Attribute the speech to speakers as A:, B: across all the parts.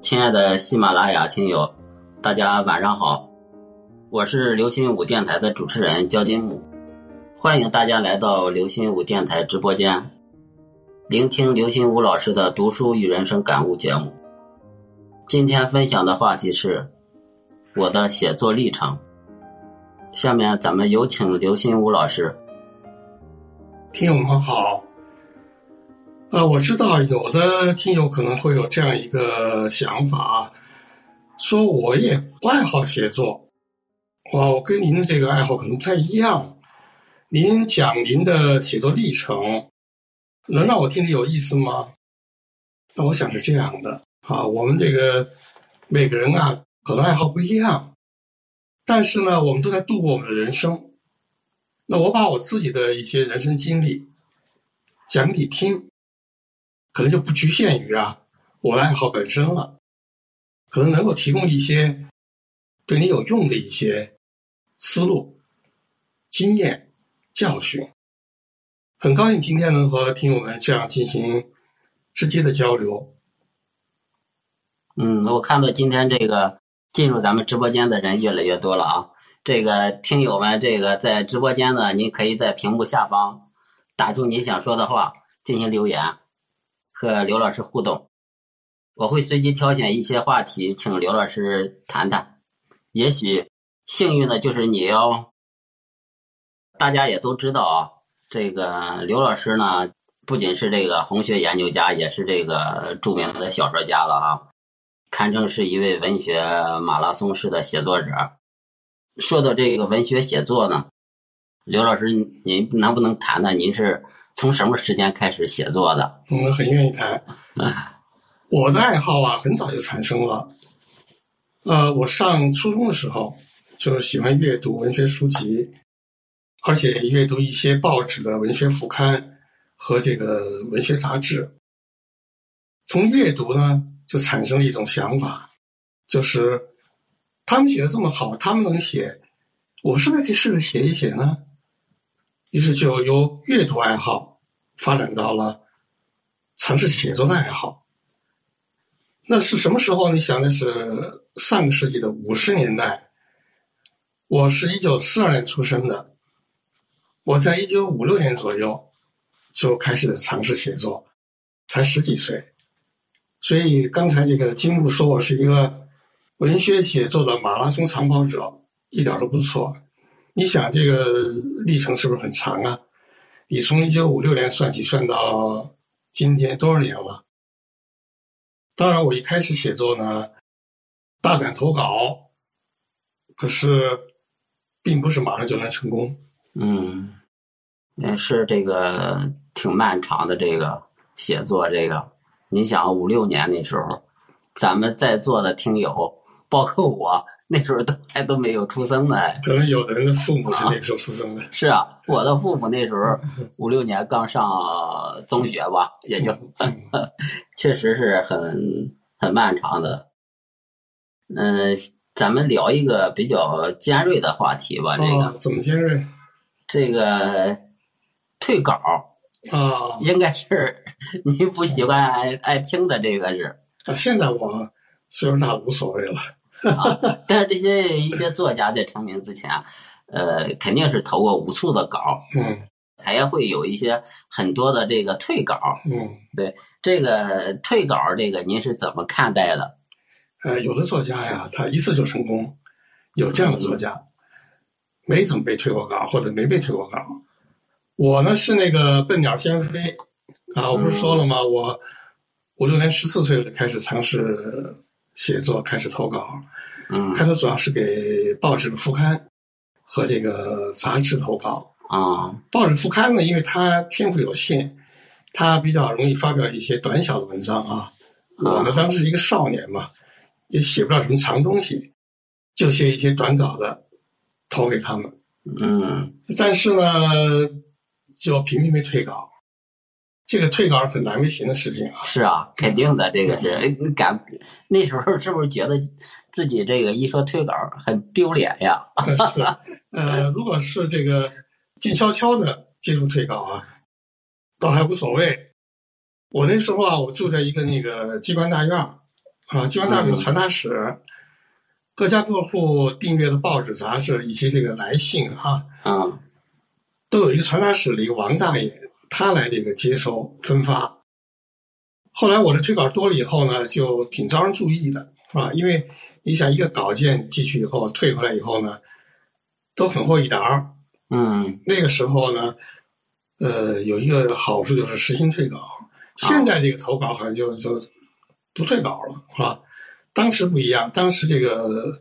A: 亲爱的喜马拉雅听友，大家晚上好，我是流星舞电台的主持人焦金武，欢迎大家来到流星舞电台直播间，聆听流星舞老师的读书与人生感悟节目。今天分享的话题是我的写作历程。下面咱们有请刘心武老师。
B: 听友们好，呃，我知道有的听友可能会有这样一个想法，啊说我也不爱好写作，哇，我跟您的这个爱好可能不太一样。您讲您的写作历程，能让我听着有意思吗？那我想是这样的啊，我们这个每个人啊，可能爱好不一样，但是呢，我们都在度过我们的人生。那我把我自己的一些人生经历讲给你听，可能就不局限于啊我的爱好本身了，可能能够提供一些对你有用的一些思路、经验、教训。很高兴今天能和听友们这样进行直接的交流。
A: 嗯，我看到今天这个进入咱们直播间的人越来越多了啊。这个听友们，这个在直播间呢，您可以在屏幕下方打出您想说的话，进行留言，和刘老师互动。我会随机挑选一些话题，请刘老师谈谈。也许幸运的就是你要，大家也都知道啊，这个刘老师呢，不仅是这个红学研究家，也是这个著名的小说家了啊，堪称是一位文学马拉松式的写作者。说到这个文学写作呢，刘老师，您能不能谈谈您是从什么时间开始写作的？
B: 嗯，很愿意谈。我的爱好啊，很早就产生了。呃，我上初中的时候就喜欢阅读文学书籍，而且阅读一些报纸的文学副刊和这个文学杂志。从阅读呢，就产生了一种想法，就是他们写的这么好，他们能写，我是不是可以试着写一写呢？于是就由阅读爱好发展到了尝试写作的爱好。那是什么时候？你想的是上个世纪的五十年代。我是一九四二年出生的，我在一九五六年左右就开始尝试写作，才十几岁。所以刚才这个金木说我是一个文学写作的马拉松长跑者，一点都不错。你想这个历程是不是很长啊？你从一九五六年算起，算到今天多少年了？当然，我一开始写作呢，大胆投稿，可是并不是马上就能成功。
A: 嗯，也是这个挺漫长的这个写作，这个您想五六年那时候，咱们在座的听友，包括我那时候都还都没有出生呢。哎
B: 可能有的人的父母是那个时候出生的，
A: 是啊，我的父母那时候五六年刚上中学吧，也就
B: 嗯
A: 确实是很很漫长的。嗯，咱们聊一个比较尖锐的话题吧，这个、
B: 啊，怎么尖锐
A: 这个退稿
B: 啊？
A: 应该是您不喜欢爱爱听的这个是
B: 啊，现在我岁数大了无所谓了，
A: 啊，但是这些一些作家在成名之前，呃，肯定是投过无数的稿，
B: 嗯
A: 才会有一些很多的这个退稿。
B: 嗯，
A: 这个退稿，这个您是怎么看待的？
B: 呃，有的作家呀，他一次就成功，有这样的作家，没怎么被退过稿，或者没被退过稿。我呢是那个笨鸟先飞啊，我不是说了吗？我五六年十四岁就开始尝试写作，开始投稿，
A: 嗯
B: 开头主要是给报纸的副刊和这个杂志投稿。
A: 啊
B: 报纸副刊呢，因为它篇幅有限，它比较容易发表一些短小的文章啊。我呢，当时一个少年嘛，也写不了什么长东西，就写一些短稿子投给他们。
A: 嗯
B: 但是呢，就频频被退稿。这个退稿是很难为情的事情啊。
A: 是啊，肯定的，这个是哎你感那时候是不是觉得自己这个一说退稿很丢脸呀？
B: 是，呃，如果是这个静悄悄的接触退稿啊，倒还无所谓。我那时候啊，我住在一个那个机关大院儿啊，机关大院有传达室，各家各户订阅的报纸、杂志以及这个来信啊，
A: 嗯
B: 都有一个传达室的一个王大爷，他来这个接收分发。后来我的推稿多了以后呢，就挺招人注意的，是吧？因为你想一个稿件寄去以后，退回来以后呢，都很厚一沓儿，
A: 嗯
B: 那个时候呢，呃，有一个好处就是实行退稿。现在这个投稿好像就就不退稿了，是吧？当时不一样，当时这个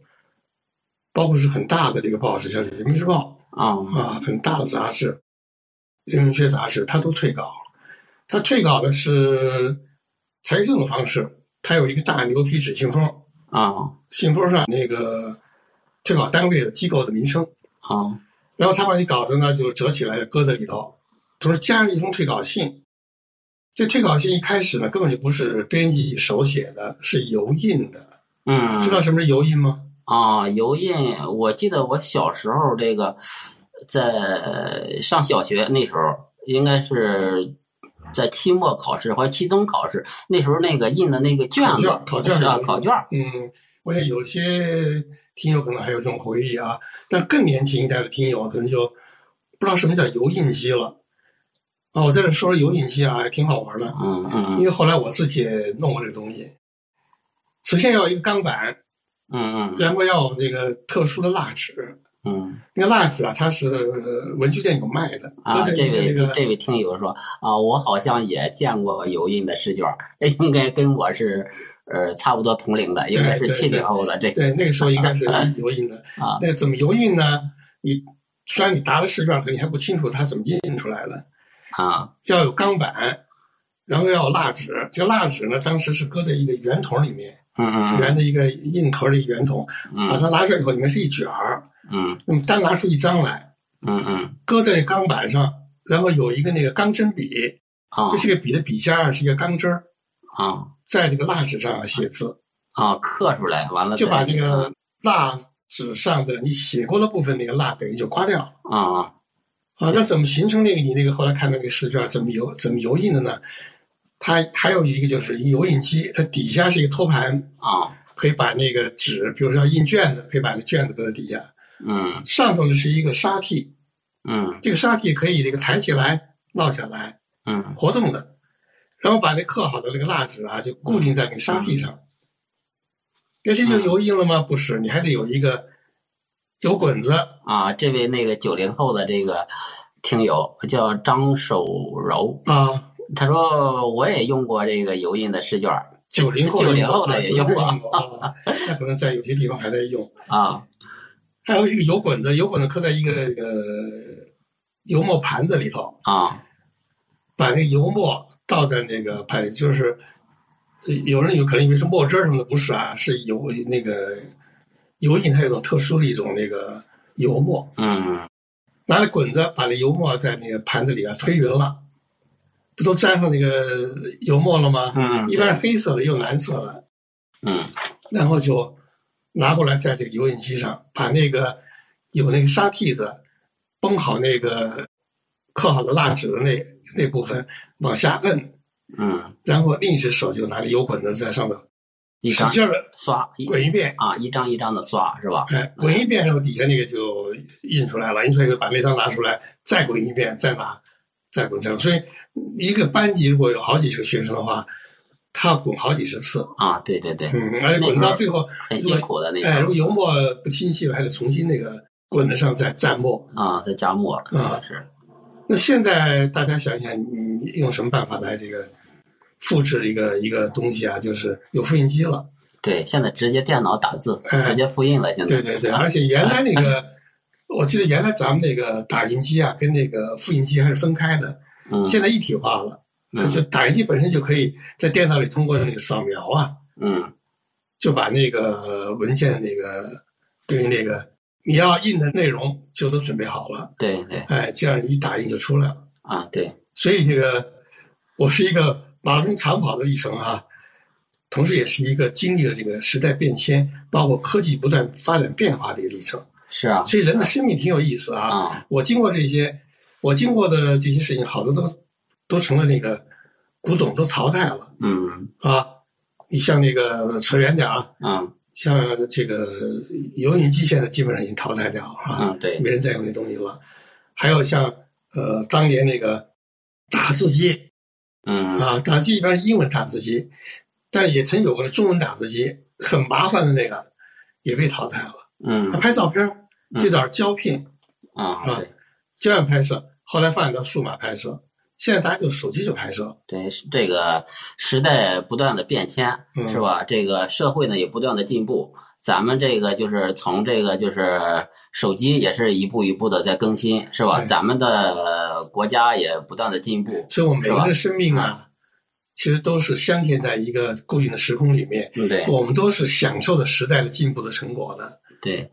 B: 包括是很大的这个报纸，像《人民日报》
A: 哦
B: 啊，很大的杂志，《人民学杂志》，它都退稿。它退稿的是采取这种方式，它有一个大牛皮纸信封，
A: 哦
B: 信封上那个退稿单位的机构的名称。
A: 哦
B: 然后他把你稿子呢就折起来搁在里头，同时加上一封退稿信。这退稿信一开始呢，根本就不是编辑手写的，是油印的。
A: 嗯
B: 知道什么是油印吗？
A: 啊，油印，我记得我小时候这个在上小学那时候，应该是在期末考试或者期中考试，那时候那个印的那个卷子
B: 考卷考卷
A: 是啊
B: 有，
A: 考卷儿
B: 嗯，我想有些听友可能还有这种回忆啊，但更年轻一代的听友可能就不知道什么叫油印机了。啊，我在这说说油印机啊，还挺好玩的。
A: 嗯嗯
B: 因为后来我自己也弄过这东西。首先要有一个钢板，
A: 嗯嗯
B: 然后要有这个特殊的蜡纸，
A: 嗯
B: 那个蜡纸啊，它是文具店有卖的，
A: 啊，
B: 搁在
A: 这
B: 一个
A: 位
B: 那个
A: 这位听友说啊，我好像也见过油印的试卷儿，应该跟我是呃差不多同龄的，应该是
B: 对对
A: 七零后的这个
B: 对那个时候应该是油印的。
A: 啊，
B: 那怎么油印呢？你虽然你答了试卷，可你还不清楚它怎么印出来的，
A: 啊
B: 要有钢板，然后要有蜡纸。这个蜡纸呢，当时是搁在一个圆筒里面，
A: 嗯嗯
B: 圆的一个印壳的一个圆筒，把
A: 嗯
B: 它拿出来以后，里面是一卷儿。
A: 嗯
B: 那么单拿出一张来，
A: 嗯嗯
B: 搁在钢板上，然后有一个那个钢针笔，
A: 啊
B: 这是个笔的笔尖儿，是一个钢针儿，
A: 啊
B: 在这个蜡纸上写字。
A: 啊刻出来，完了
B: 就
A: 再
B: 把那个蜡纸上的你写过的部分那个蜡等于就刮掉
A: 啊。
B: 啊。那怎么形成那个你那个后来看那个试卷怎么油怎么油印的呢？它还有一个就是一油印机，它底下是一个托盘，
A: 啊，
B: 可以把那个纸，比如说要印卷子，可以把那卷子搁在底下，
A: 嗯
B: 上头是一个沙屉，
A: 嗯
B: 这个沙屉可以这个抬起来、落下来
A: 嗯
B: 活动的，然后把那刻好的这个蜡纸啊就固定在那个沙屉上。那这就是油印了吗？不是，你还得有一个油滚子，
A: 啊，这位那个九零后的这个听友叫张守柔，
B: 啊，
A: 他说我也用过这个油印的试卷儿
B: 九零后
A: 90后的
B: 的
A: 也
B: 用
A: 用过
B: 过，啊那可能在有些地方还在用。
A: 啊，
B: 还有一个油滚子，油滚子刻在一个呃油墨盘子里头，
A: 啊
B: 把那个油墨倒在那个盘里，就是呃有人有可能以为是墨汁儿什么的，不是啊，是油那个油印，它有种特殊的一种那个油墨，
A: 嗯
B: 拿着滚子把那油墨在那个盘子里啊推匀了，不都沾上那个油墨了吗？
A: 嗯
B: 一般是黑色的，又蓝色的。
A: 嗯
B: 然后就拿过来在这个油印机上，把那个有那个沙屉子绷好那个刻好的蜡纸的那那部分往下摁，
A: 嗯，
B: 然后另一只手就拿着油滚子在上面
A: 一
B: 使
A: 张
B: 劲儿
A: 刷一
B: 滚一遍，
A: 啊，一张一张的刷是吧？
B: 哎，滚一遍，然后底下那个就印出来了，印出来就把那张拿出来，再滚一遍，再拿，再滚再滚。所以一个班级如果有好几十个学生的话，他要滚好几十次，
A: 啊，对对对，
B: 嗯，而且滚到最后。
A: 很辛苦的那
B: 哎，
A: 种
B: 如果油墨不清晰了，还得重新那个滚子上再蘸墨。
A: 啊，再加墨
B: 啊
A: 是
B: 那现在大家想一想，你用什么办法来这个复制一个一个东西啊？就是有复印机了，
A: 对，现在直接电脑打字，
B: 哎
A: 直接复印了，现在
B: 对对对，而且原来那个，我记得原来咱们那个打印机啊，跟那个复印机还是分开的，
A: 嗯
B: 现在一体化了。
A: 嗯
B: 就打印机本身就可以在电脑里通过那个扫描啊，
A: 嗯
B: 就把那个文件那个对于那个你要印的内容就都准备好了，
A: 对对
B: 哎，这样一打印就出来了。
A: 啊对
B: 所以这个我是一个马拉松长跑的历程啊，同时也是一个经历了这个时代变迁，包括科技不断发展变化的一个历程。
A: 是啊
B: 所以人的生命挺有意思啊。
A: 啊
B: 我经过这些，我经过的这些事情，好多都都成了那个古董，都淘汰了
A: 嗯
B: 啊。你像那个扯远点儿啊，
A: 嗯
B: 像这个游泳机现在基本上已经淘汰掉了啊，
A: 嗯，对，
B: 没人再用那东西了。还有像呃当年那个打字机，
A: 嗯
B: 啊，打字一般是英文打字机，但是也曾有过中文打字机，很麻烦的那个也被淘汰了。
A: 嗯
B: 他拍照片儿，
A: 嗯
B: 最早是胶片、
A: 啊，对
B: 胶片拍摄，后来发展到数码拍摄，现在大家用手机就拍摄。
A: 对，是这个时代不断的变迁，
B: 嗯
A: 是吧？这个社会呢也不断的进步，咱们这个就是从这个就是手机也是一步一步的在更新，是吧？
B: 对
A: 咱们的呃国家也不断的进步，
B: 所以，我们每
A: 是
B: 个
A: 吧嗯
B: 人的生命啊，其实都是镶嵌在一个固定的时空里面，
A: 嗯，对
B: 我们都是享受着时代的进步的成果的。
A: 对，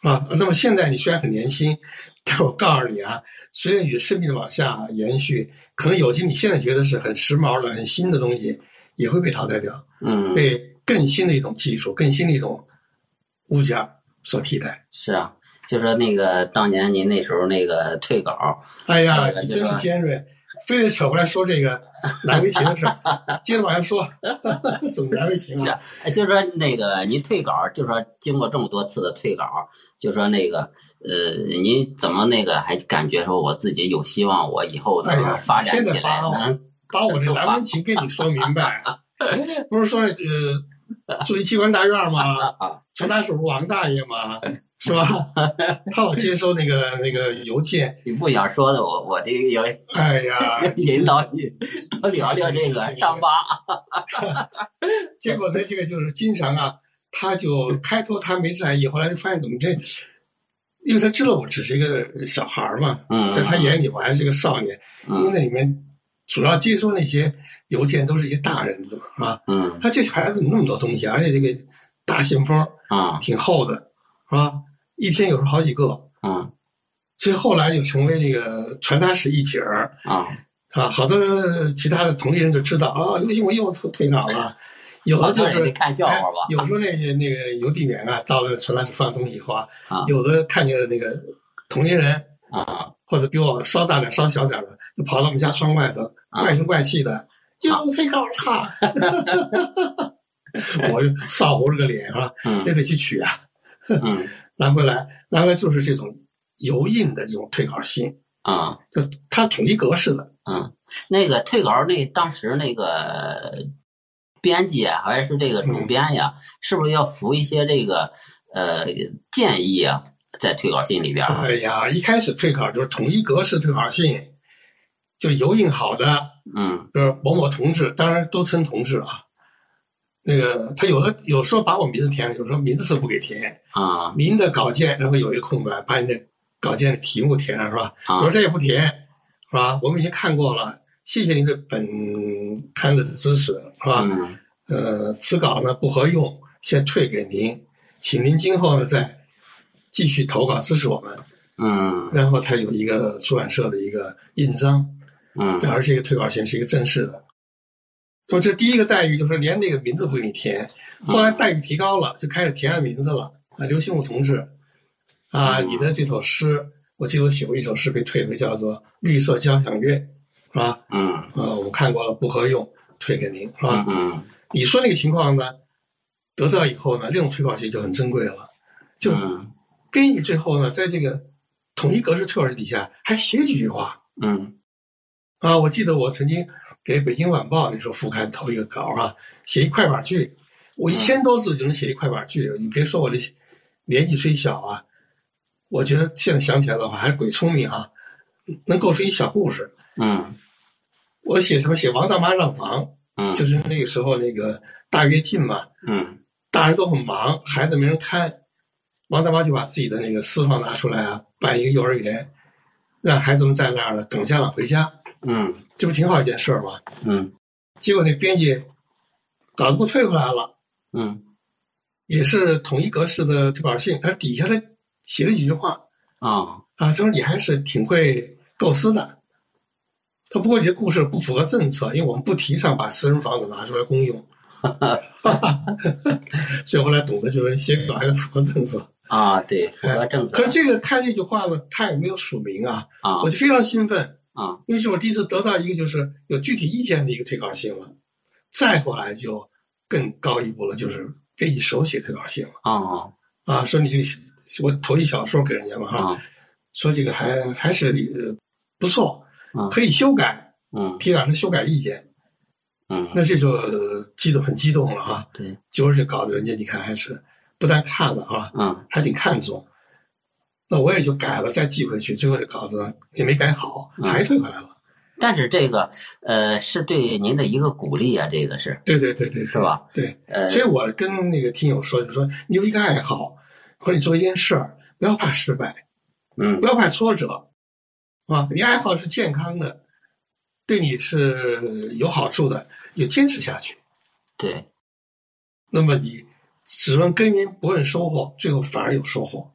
B: 啊，那么现在你虽然很年轻，但我告诉你啊，随着你的生命的往下延续，可能有些你现在觉得是很时髦的、很新的东西，也会被淘汰掉，
A: 嗯，
B: 被更新的一种技术、更新的一种物件儿所替代。
A: 是啊，就说那个当年您那时候那个退稿，
B: 哎呀，
A: 对
B: 你
A: 对
B: 真是
A: 吧
B: 尖锐，非得扯回来说这个难为情的事儿，接着往下说， 怎么难为情啊？
A: 哎就说那个您退稿，就说经过这么多次的退稿，就说那个呃，您怎么那个还感觉说我自己有希望，我以后
B: 哎
A: 能
B: 呀
A: 发展
B: 现
A: 起
B: 在
A: 来
B: 吧
A: 呢？
B: 把我这难为情跟你说明白，啊 不是说呃，住一机关大院吗？
A: 啊，
B: 传达署王大爷 嘛，是吧？他老接收那个那个邮件，
A: 你不想说的，我我这个 有，
B: 哎呀
A: 引导你多聊聊这个伤疤。
B: 结果他这个就是经常啊，他就开头他没在意，后来就发现怎么这，因为他知道我只是一个小孩儿嘛，
A: 嗯，
B: 在他眼里我还是个少年，因为
A: 嗯
B: 那里面主要接收那些邮件都是一些大人的嘛，啊，
A: 嗯
B: 他这孩子怎么那么多东西啊，而且这个大信封
A: 啊
B: 挺厚的，是吧？一天有时候好几个，
A: 嗯
B: 所以后来就成为这个传达室一姐儿。
A: 啊，
B: 啊，好多人其他的同龄人就知道啊，刘兴文又退稿了。有的
A: 好
B: 就
A: 多人
B: 是
A: 得看笑话吧
B: 哎有时候那些那个邮递员啊，到了传达室放东西以后啊，
A: 啊
B: 有的看见了那个同龄人
A: 啊
B: 或者比我稍大点、稍小点的，就跑到我们家窗外头，
A: 啊
B: 怪声怪气的，又退稿了。 我就少糊了个脸啊，
A: 嗯
B: 也得去取啊，
A: 嗯
B: 拿回来，拿回来就是这种油印的这种退稿信，
A: 啊。
B: 就它统一格式的。
A: 嗯，那个退稿那当时那个编辑啊，还是这个
B: 嗯
A: 主编呀，是不是要服一些这个呃建议啊，在退稿信里边儿啊？
B: 哎呀，一开始退稿就是统一格式退稿信，就是油印好的，
A: 嗯
B: 就是某某同志，当然都称同志啊。那个他有的有时候把我名字填上，有时候名字是不给填，
A: 啊
B: 您的稿件然后有一个空白，把你的稿件的题目填上是吧？我说
A: 啊
B: 这也不填，是吧？我们已经看过了，谢谢您对本刊的支持，是吧？
A: 嗯
B: 呃，此稿呢不合用，先退给您，请您今后呢再继续投稿支持我们。
A: 嗯
B: 然后才有一个出版社的一个印章，
A: 嗯
B: 而这个退稿信是一个正式的。那么这第一个待遇就是连那个名字不给你填，后来待遇提高了，就开始填上名字了啊，刘兴武同志，啊，
A: 嗯
B: 你的这首诗，我记得我写过一首诗被退回，叫做《绿色交响乐》，是吧？
A: 嗯
B: 呃，我看过了，不合用，退给您，是吧？
A: 嗯
B: 你说那个情况呢，得到以后呢，这种退稿信就很珍贵了，就
A: 嗯
B: 编辑最后呢，在这个统一格式退稿底下还写几句话
A: 嗯
B: 啊。我记得我曾经给《北京晚报》那时候副刊投一个稿啊，写一快板剧，我一千多字就能写一快板剧。你别说我这年纪虽小啊，我觉得现在想起来的话还是鬼聪明啊，能构出一小故事。
A: 嗯
B: 我写什么？写王大妈让房，
A: 嗯
B: 就是那个时候那个大跃进嘛，
A: 嗯
B: 大人都很忙，孩子没人看，王大妈就把自己的那个私房拿出来啊，办一个幼儿园，让孩子们在那儿呢等家长回家，
A: 嗯
B: 这不挺好一件事儿吗？
A: 嗯
B: 结果那编辑稿子给我退回来了，
A: 嗯
B: 也是统一格式的退稿信，但是底下他写了几句话
A: 啊
B: 啊，他说你还是挺会构思的。他不过你的故事不符合政策，因为我们不提倡把私人房子拿出来 公用，所以后来懂得就是写稿还是符合政策。
A: 啊啊，对，符合政策
B: 哎可是这个看这句话呢，他也没有署名啊，
A: 啊
B: 我就非常兴奋，
A: 啊
B: 因为是我第一次得到一个就是有具体意见的一个推稿信了。再后来就更高一步了，就是给你手写推稿信了
A: 啊
B: 啊，说你这个我投一小说给人家嘛哈，
A: 啊
B: 说这个还还是呃不错
A: 嗯，
B: 可以修改，
A: 嗯
B: 提老师修改意见，
A: 嗯，
B: 那这就呃激动很激动了啊！
A: 对，
B: 就是这稿子，人家你看还是不但看了啊，
A: 嗯
B: 还挺看重。那我也就改了，再寄回去，最后这稿子也没改好，
A: 嗯
B: 还退回来了。
A: 但是这个呃是对您的一个鼓励啊，这个是
B: 对对对对，
A: 是？吧？
B: 对，
A: 呃，
B: 所以我跟那个听友说，就说你有一个爱好，或者你做一件事儿，不要怕失败，
A: 嗯
B: 不要怕挫折，啊，你爱好是健康的，对你是有好处的，你就坚持下去。
A: 对，
B: 那么你只问耕耘不问收获，最后反而有收获。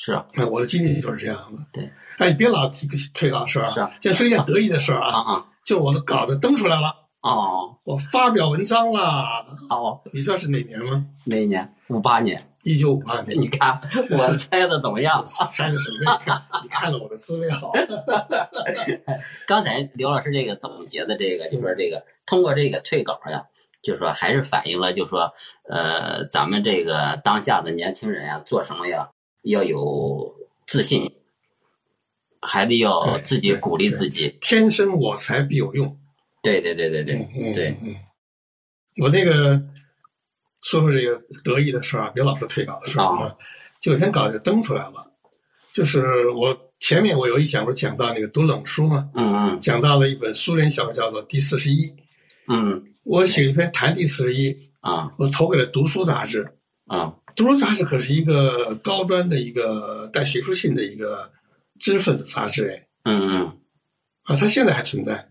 A: 是啊
B: 哎，我的经历就是这样的。
A: 对，
B: 哎，你别老提推老事儿
A: 是啊
B: 啊，先说一件得意的事儿啊，
A: 啊
B: 就我的稿子登出来了，
A: 哦
B: 我发表文章啦。
A: 哦，
B: 你知道是哪年吗？
A: 哪一年？五八年，
B: 一九五八年。
A: 你看我猜的怎么 样？
B: 猜的什么？你看，你看了我的资 料。
A: 刚才刘老师这个总结的这个，就说这个通过这个退稿呀、就说还是反映了，就说呃，咱们这个当下的年轻人呀、做什么呀，要有自信，还得要
B: 对
A: 自己
B: 对
A: 鼓励自己。
B: 天生我材必有用。
A: 对对对对对，
B: 嗯
A: 对。
B: 嗯嗯我那个说说这个得意的事儿啊，别老说退稿的事儿
A: 啊
B: 啊。就有篇稿就登出来了，就是我前面我有一讲不是讲到那个读冷书嘛，
A: 嗯
B: 讲到了一本苏联小说叫做《第四十一》，
A: 嗯嗯
B: 我写了一篇谈第四十一，
A: 啊
B: 我投给了《读书》杂志。
A: 啊
B: 《读书》杂志可是一个高端的一个带学术性的一个知识分子杂志哎
A: 嗯嗯，
B: 啊，它现在还存在。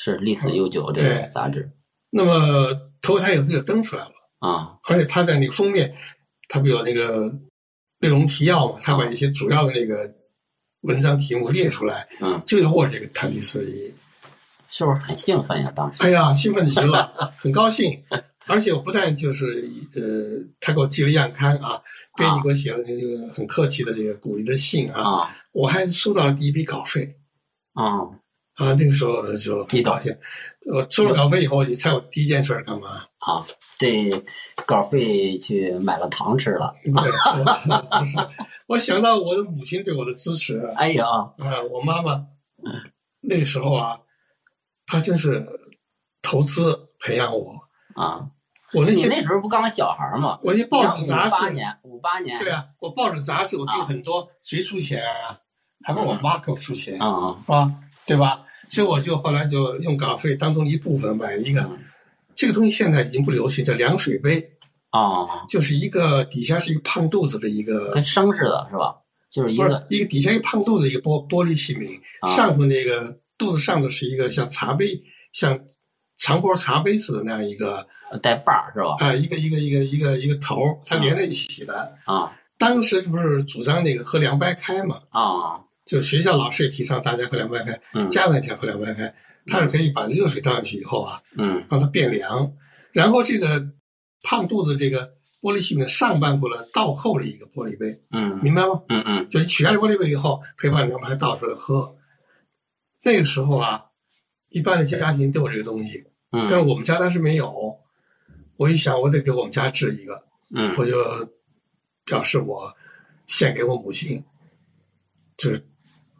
A: 是历史悠久这个
B: 对
A: 杂志
B: 那么投给它以后，它就登出来了。
A: 啊
B: 而且他在那个封面，他不有那个内容提要嘛？他把一些主要的那个文章题目列出来，
A: 嗯，
B: 就有我这个谈第四十一。
A: 是不是很兴奋呀？当时
B: 哎呀，兴奋极了，很高兴。而且我不但就是呃，他给我寄了样刊啊，编辑给我写了这个很客气的这个鼓励的信啊，
A: 啊
B: 我还收到了第一笔稿费
A: 啊
B: 啊。那个时候就
A: 你懂
B: 高兴。我收了稿费以后，你猜我第一件事儿干嘛？
A: 啊，这稿费去买了糖吃了。
B: 不是，我想到我的母亲对我的支持，
A: 哎呀，
B: 啊，我妈妈那时候啊，她真是投资培养我。
A: 啊，
B: 我那
A: 你
B: 些
A: 那时候不刚小孩儿吗？
B: 我那些报纸杂
A: 五八
B: 志，
A: 年，五八啊年，
B: 对啊，我报纸杂志我订很多，谁出钱啊？还不是我妈给我出钱，
A: 嗯啊，
B: 是吧？对吧？所以我就后来就用稿费当中一部分买了一个，
A: 嗯
B: 这个东西现在已经不流行，叫凉水杯，
A: 啊，
B: 就是一个底下是一个胖肚子的一个
A: 跟生似的，是吧？就是一
B: 不是
A: 个
B: 一个底下一个胖肚子一个玻玻璃器皿，
A: 啊
B: 上头那个肚子上头是一个像茶杯，像长波茶杯似的那样一个
A: 带把儿，是吧？
B: 啊、一个一个一个一个一个头儿，它连在一起的。
A: 啊
B: 当时不是主张那个喝凉白开嘛，
A: 啊，
B: 就是学校老师也提倡大家喝凉白开，
A: 嗯
B: 家长也想喝凉白开，它是可以把热水倒进去以后啊，
A: 嗯
B: 让它变凉，然后这个胖肚子这个玻璃器皿的上半部呢倒扣着一个玻璃杯，
A: 嗯
B: 明白吗？
A: 嗯嗯
B: 就是取下玻璃杯以后，可以把凉白倒出来喝。那个时候啊，一般的家庭都有这个东西，但是
A: 嗯
B: 我们家当时没有。我一想，我得给我们家制一个，我
A: 嗯，
B: 就表示我献给我母亲，就是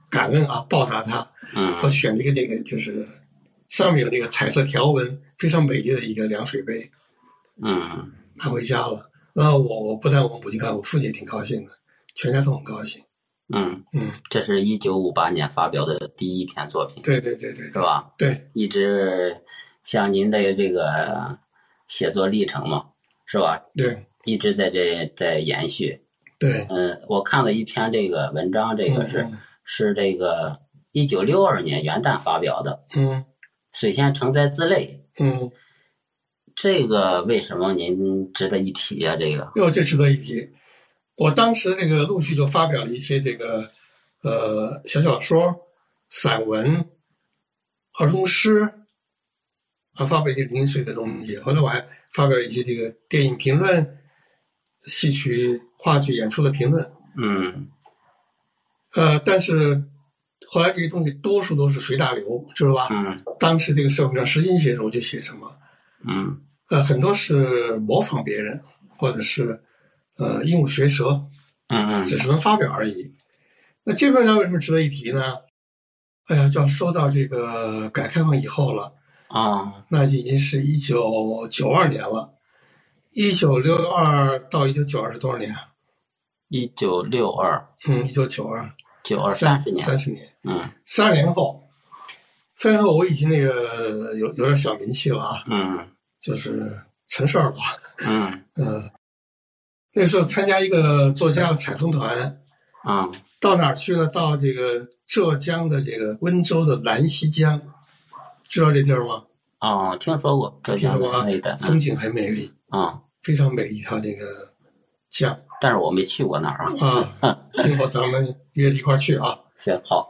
B: 感恩啊，报答她。我
A: 嗯
B: 选了一个那个就是上面有那个彩色条纹，非常美丽的一个凉水杯，
A: 嗯，
B: 拿回家了。那我我不但我母亲高兴，我父亲也挺高兴的，全家都很高兴。
A: 嗯，
B: 嗯，
A: 这是一九五八年发表的第一篇作品，
B: 对对对对
A: 是吧？
B: 对。
A: 一直像您的这个写作历程嘛，是吧？
B: 对
A: 一直在这在延续。
B: 对，
A: 嗯，我看了一篇这个文章，这个是。
B: 嗯
A: 是这个一九六二年元旦发表的
B: 嗯
A: 《水仙承载之泪
B: 嗯，》，
A: 这个为什么您值得一提呀、这个，
B: 哟，这值得一提。我当时这个陆续就发表了一些这个呃小小说、散文、儿童诗，啊，发表一些零碎的东西。后来我还发表一些这个电影评论，戏曲、话剧演出的评论。
A: 嗯
B: 呃，但是后来这些东西多数都是随大流，知道吧？
A: 嗯
B: 当时这个社会上实心写什么就写什么，
A: 嗯
B: 呃，很多是模仿别人，或者是呃鹦鹉学舌，
A: 嗯
B: 只是能发表而已。那这篇文章为什么值得一提呢？哎呀，就要说到这个改革开放以后了，
A: 哦
B: 那已经是一九九二年了，一九六二到一九九二是多少年啊？
A: 一九六二
B: 嗯，一九九二，
A: 九二三十年，
B: 三十年。
A: 嗯
B: 三十年后，三十年后我已经那个有有点小名气了啊，
A: 嗯
B: 就是成事儿了。
A: 嗯
B: 嗯，那个时候参加一个作家的采风团，
A: 嗯
B: 到哪儿去呢？到这个浙江的这个温州的兰溪江，知道这地儿吗？
A: 哦，听说过浙江
B: 啊
A: 的那一带，
B: 风
A: 嗯
B: 景很美丽，
A: 嗯，
B: 非常美丽一条这个江
A: 但是我没去过那儿啊。
B: 啊。今后咱们约着一块儿去啊。
A: 行，好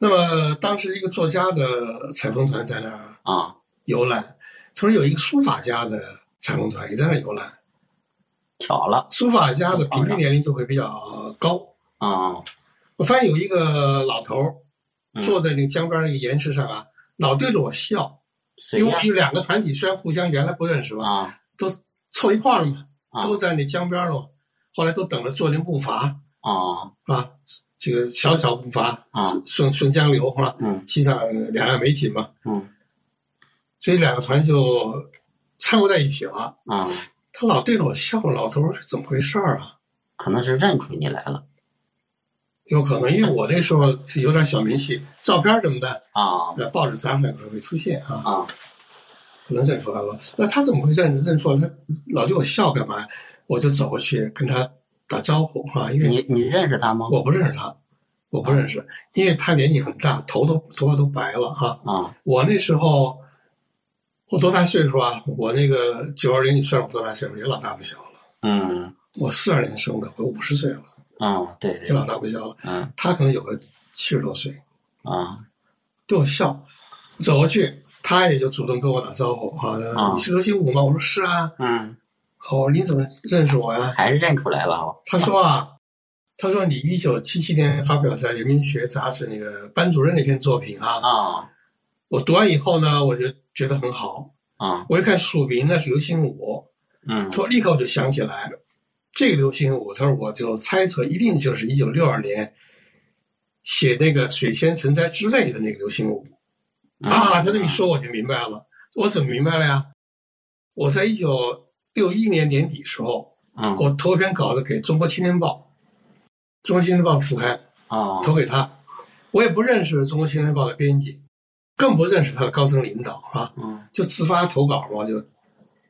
B: 那么当时一个作家的采风团在那儿
A: 啊，
B: 游览，同时有一个书法家的采风团也在那儿游览。
A: 巧了
B: 书法家的平均年龄就会比较高。
A: 啊，
B: 我发现有一个老头儿
A: 嗯
B: 坐在那个江边那个岩石上啊，老对着我笑，
A: 谁
B: 因为
A: 呀？
B: 有两个团体虽然互相原来不认识吧，
A: 啊
B: 都凑一块儿了嘛，
A: 啊
B: 都在那江边了嘛，后来都等着坐那步伐
A: 啊
B: 是吧？这个小小步伐
A: 啊，
B: 顺顺江流是吧？
A: 嗯
B: 欣赏两岸美景嘛，
A: 嗯
B: 所以两个团就掺和在一起了。
A: 啊，
B: 他老对着我笑，老头儿是怎么回事儿啊？
A: 可能是认出你来了
B: 有可能，因为我那时候是有点小名气，照片这么大，
A: 啊
B: 在报纸杂志上可能会出现啊，
A: 啊
B: 可能认出来了。那他怎么会认认出来？他老对我笑干嘛？我就走过去跟他打招呼啊，因为
A: 你你认识他吗？
B: 我不认识他，我不认识，因为他年纪很大，头都头发都白了啊。
A: 啊
B: 我那时候我多大岁数啊？我那个九二零，你算我多大岁数？也老大不小了。
A: 嗯
B: 我四二年生的，我五十岁了，
A: 啊，对
B: 也
A: 对，
B: 老大不小了。
A: 嗯
B: 他可能有个七十多岁。
A: 啊
B: 对我笑，走过去，他也就主动跟我打招呼啊，
A: 啊
B: 你是刘新武吗？我说是啊，
A: 嗯，
B: 我说你怎么认识我呀？
A: 还是认出来了
B: 他说啊，他说你一九七七年发表在《人民学》杂志那个班主任那篇作品啊，
A: 啊
B: 我读完以后呢，我就觉得很好，
A: 啊
B: 我一看署名呢是刘新武，
A: 嗯
B: 他说立刻我就想起来，这个刘新武，他说我就猜测一定就是一九六二年。写那个水仙盆栽之类的那个刘新武，
A: 嗯
B: 啊，他这么一说我就明白了。我怎么明白了呀？我在一九六一年年底时候，
A: 嗯
B: 我投一篇稿子给《中国青年报》，《中国青年报》副刊
A: 啊
B: 投给他。我也不认识《中国青年报》的编辑，更不认识他的高层领导啊，
A: 嗯
B: 就自发投稿嘛，就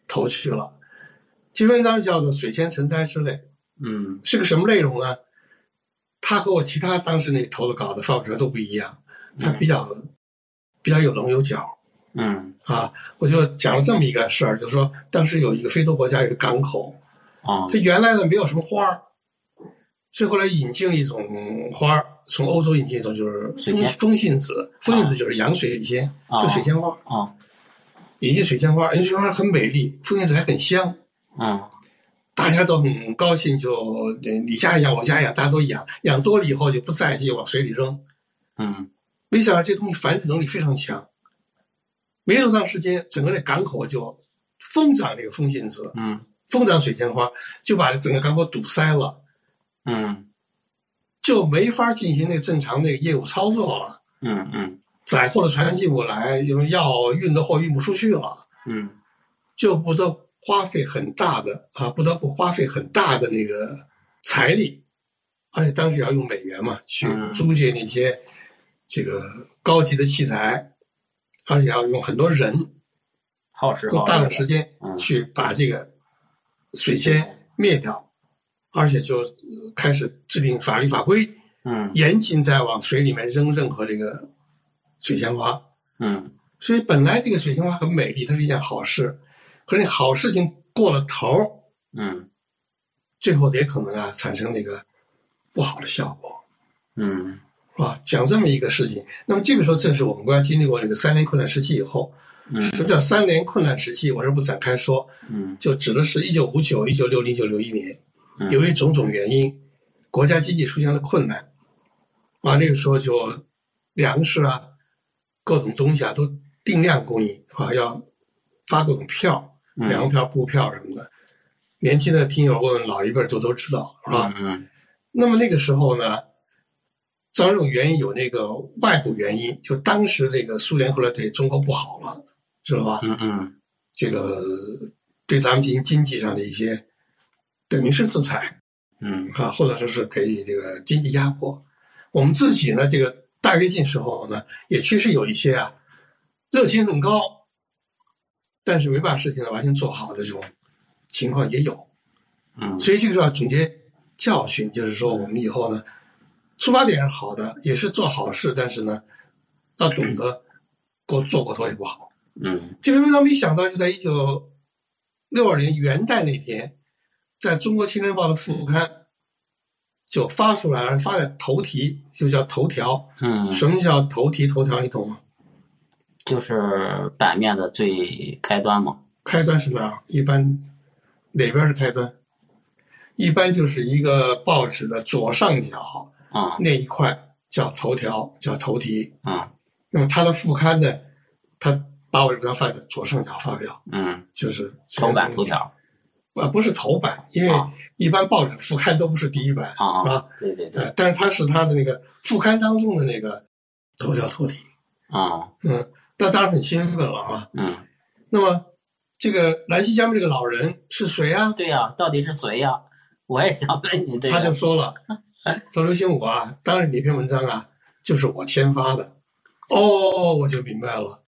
B: 投去了。这篇文章叫做《水仙成灾之类》，
A: 嗯
B: 是个什么内容呢？他和我其他当时那投的稿子发表出来都不一样，他比较、比较有棱有角。
A: 嗯
B: 啊，我就讲了这么一个事儿，就是说当时有一个非洲国家有一个港口，
A: 啊
B: 它原来呢没有什么花儿，所以后来引进了一种花儿，从欧洲引进一种就是
A: 水
B: 风
A: 仙
B: 风信子，风信子就是洋水仙，
A: 啊
B: 就水仙花，
A: 啊
B: 引进水仙花，因为水仙花很美丽，风信子还很香，
A: 嗯
B: 大家都很高兴，就呃你家养我家养，大家都养，养多了以后就不在意，就往水里扔。
A: 嗯
B: 没想到这东西繁殖能力非常强，没多长时间，整个那港口就疯长这个风信子，
A: 嗯
B: 疯长水仙花，就把整个港口堵塞了，
A: 嗯
B: 就没法进行那个正常的业务操作了。
A: 嗯嗯
B: 载货的船进不来，因为药运的货运不出去了，
A: 嗯
B: 就不得花费很大的啊，不得不花费很大的那个财力，而且当时也要用美元嘛，去
A: 嗯
B: 租借那些这个高级的器材，而且要用很多人。
A: 耗时
B: 用
A: 耗
B: 大量时间
A: 嗯
B: 去把这个水仙灭掉，而且就呃开始制定法律法规，
A: 嗯
B: 严禁再往水里面扔任何这个水仙花。
A: 嗯
B: 所以本来这个水仙花很美丽，它是一件好事，可是好事情过了头儿，
A: 嗯
B: 最后也可能啊产生那个不好的效果。
A: 嗯
B: 是吧？讲这么一个事情，那么这个时候正是我们国家经历过这个三年困难时期以后，
A: 嗯
B: 什么叫三联困难时期？我这不展开说，
A: 嗯
B: 就指的是一九五九、一九六零、一九六一年，
A: 嗯
B: 由于种种原因，国家经济出现了困难，啊，那个时候就粮食啊，各种东西啊都定量供应啊，要发各种票，
A: 嗯
B: 粮票、布票什么的。年轻的听友问老一辈儿就都知道，是吧？
A: 嗯
B: 那么那个时候呢，张这种原因有那个外部原因，就当时这个苏联后来对中国不好了，知道吧？
A: 嗯嗯
B: 这个对咱们进行经济上的一些等于是制裁
A: 嗯
B: 啊，或者说是给予这个经济压迫。我们自己呢，这个大跃进时候呢，也确实有一些啊，热情很高，但是没把事情呢完全做好的这种情况也有。
A: 嗯
B: 所以这个时候要总结教训，就是说我们以后呢，出发点是好的，也是做好事，但是呢，要懂得过做过头也不好。
A: 嗯
B: 这篇文章没想到就在一九六二年元旦那天，在中国青年报的副刊就发出来了，发的头题就叫头条。
A: 嗯，
B: 什么叫头题头条？你懂吗？
A: 就是版面的最开端嘛。
B: 开端什么样？一般哪边是开端？一般就是一个报纸的左上角。
A: 啊
B: 那一块叫头条，叫头题。
A: 啊
B: 那么它的副刊呢，它把我这张放在左上角发表，
A: 嗯，
B: 就是
A: 头版头条
B: 啊，不是头版，因为
A: 啊
B: 一般报纸副刊都不是第一版
A: 啊
B: 是
A: 啊
B: 吧，
A: 对对对
B: 呃，但是它是它的那个副刊当中的那个头条头题，
A: 啊
B: 嗯，那当然很兴奋了啊。
A: 嗯，
B: 那么这个兰溪江边这个老人是谁啊？
A: 对呀，到底是谁呀？我也想问你这
B: 他就
A: 个。
B: 说了，说刘兴武啊，当时你那篇文章啊，就是我签发的。哦，我就明白了，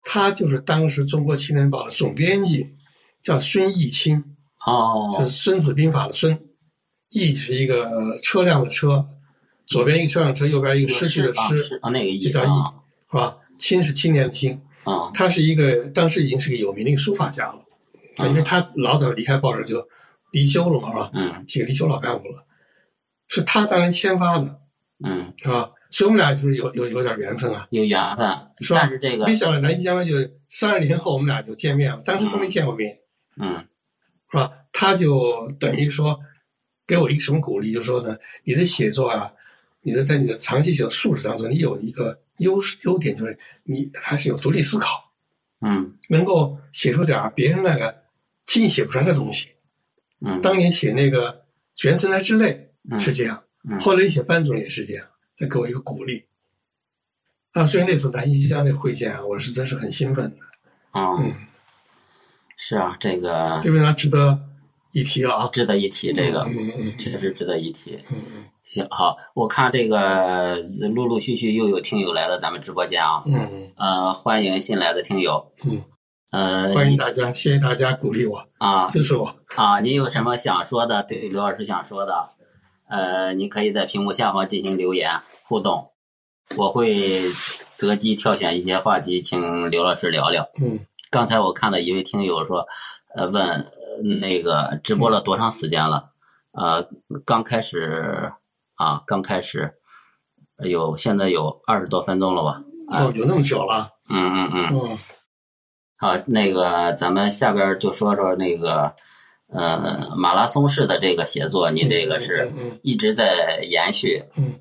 B: 他就是当时中国青年报的总编辑，叫孙逸清，就
A: 哦
B: 是《孙子兵法》的孙，逸是一个车辆的车，左边一个车辆的车，右边一个失去的
A: 啊
B: 失，
A: 是啊，那个
B: 就
A: 意
B: 叫逸，是吧？清是青年的清，
A: 啊
B: 他是一个当时已经是个有名的一个书法家了，啊，因为他老早离开报纸就离休了嘛，是吧？
A: 嗯
B: 这个离休老干部了，是他当年签发的，
A: 嗯，
B: 是吧？所以我们俩就是有有有点缘分啊，
A: 有缘分，
B: 是吧
A: 但是这个
B: 没想到南京将军就三十年后我们俩就见面了，当时都没见过面，
A: 嗯
B: 是吧？他就等于说给我一个什么鼓励，就是说呢，你的写作啊，你的在你的长期写作素质当中，你有一个优势优点，就是你还是有独立思考，
A: 嗯
B: 能够写出点儿别人那个轻易写不出来的东西。
A: 嗯，
B: 当年写那个《原生态之类》
A: 嗯
B: 是这样，
A: 嗯
B: 后来一写班主任也是这样，他给我一个鼓励。啊，所以那次南一家那会见啊，我是真是很兴奋的。
A: 啊
B: 嗯，
A: 是啊，这个
B: 这篇文章值得一提了啊。
A: 值得一提，这个
B: 嗯嗯嗯
A: 确实值得一提。
B: 嗯嗯
A: 行，好，我看这个呃陆陆续续又有听友来到咱们直播间啊，
B: 嗯
A: 呃，欢迎新来的听友，
B: 嗯
A: 呃
B: 嗯，，欢迎大家，谢谢大家鼓励我，
A: 啊
B: 支持我。
A: 啊，您有什么想说的，对刘老师想说的，呃，您可以在屏幕下方进行留言互动，我会择机挑选一些话题，请刘老师聊聊。
B: 嗯
A: 刚才我看到一位听友说，呃，问呃那个直播了多长时间了？呃，刚开始啊，刚开始有现在有二十多分钟了吧？
B: 哦，有那么久了。
A: 嗯嗯嗯。
B: 嗯
A: 好，那个咱们下边就说说那个呃马拉松式的这个写作，您这个是
B: 嗯
A: 一直在延续。
B: 嗯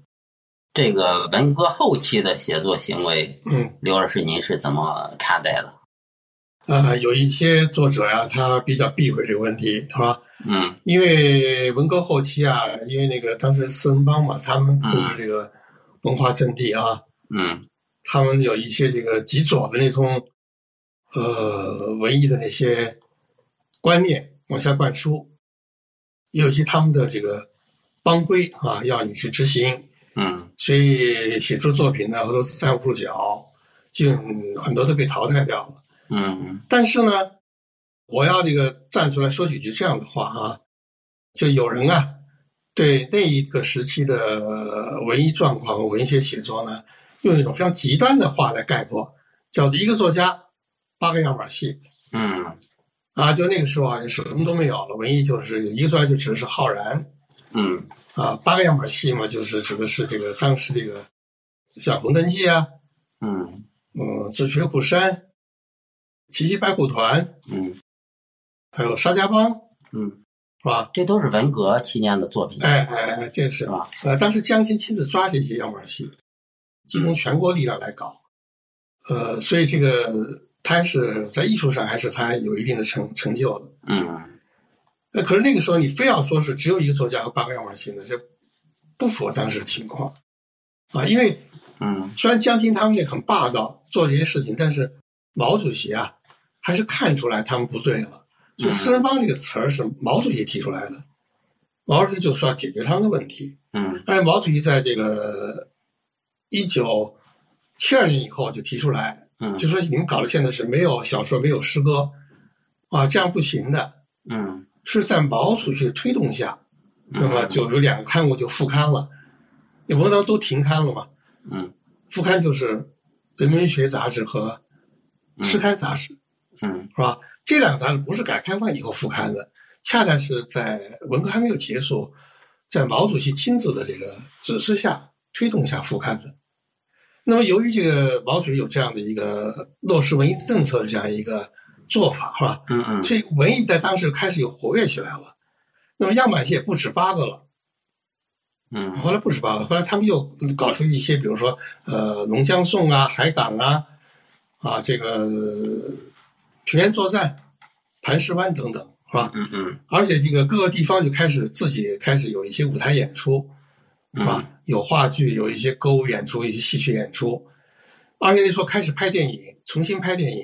A: 这个文革后期的写作行为，
B: 嗯嗯
A: 刘老师您是怎么看待的？
B: 啊，有一些作者呀，他比较避讳这个问题，是吧？
A: 嗯
B: 因为文革后期啊，因为那个当时四人帮嘛，他们
A: 啊
B: 控制这个文化阵地啊，
A: 嗯
B: 他们有一些这个极左的那种，呃，文艺的那些观念往下灌输，也有一些他们的这个帮规啊，要你去执行，
A: 嗯
B: 所以写出作品呢都站不住脚，就很多都被淘汰掉了。
A: 嗯
B: 但是呢，我要这个站出来说几句这样的话啊，就有人啊，对那一个时期的呃文艺状况和文学写作呢，用一种非常极端的话来概括，叫做一个作家八个样板戏
A: 嗯
B: 啊。就那个时候啊，什么都没有了，文艺就是一个作家就指的是浩然
A: 嗯
B: 啊，八个样板戏嘛，就是指的是这个当时这个像《红灯记》啊，
A: 嗯
B: 嗯，《智取虎山》奇迹白虎团，
A: 嗯
B: 还有沙家浜，
A: 嗯，
B: 是吧？
A: 这都是文革期间的作品。
B: 哎哎哎，这是
A: 是吧？
B: 呃，当时江青亲自抓这些样板戏，集中全国力量来搞，呃，所以这个他是在艺术上还是他有一定的成成就的。
A: 嗯
B: 那可是那个时候你非要说是只有一个作家和八个样板戏呢，这不符合当时的情况啊，因为
A: 嗯
B: 虽然江青他们也很霸道，做这些事情，但是毛主席啊，还是看出来他们不对了。所以“四人帮”这个词儿是毛主席提出来的，毛主席就说要解决他们的问题。
A: 嗯
B: 而且毛主席在这个一九七二年以后就提出来，
A: 嗯
B: 就说你们搞的现在是没有小说、没有诗歌，啊，这样不行的。
A: 嗯，
B: 是在毛主席的推动下，那
A: 嗯
B: 么就有两个刊物就复刊了，那文章都停刊了嘛。
A: 嗯
B: 副刊就是《人文学杂志》和《诗刊杂志》，
A: 嗯
B: 是吧？这两个杂志不是改革开放以后复刊的，恰恰是在文革还没有结束，在毛主席亲自的这个指示下、推动下复刊的。那么，由于这个毛主席有这样的一个落实文艺政策的这样一个做法，是吧？
A: 嗯嗯
B: 所以文艺在当时开始有活跃起来了。那么样板戏也不止八个了，
A: 嗯
B: 后来不止八个，后来他们又搞出一些，比如说呃《龙江颂》啊、《海港》啊、啊这个呃平原作战、磐石湾等等，是吧？
A: 嗯嗯
B: 而且这个各个地方就开始自己开始有一些舞台演出，是吧？
A: 嗯
B: 有话剧，有一些歌舞演出，一些戏曲演出，而且那时候开始拍电影，重新拍电影，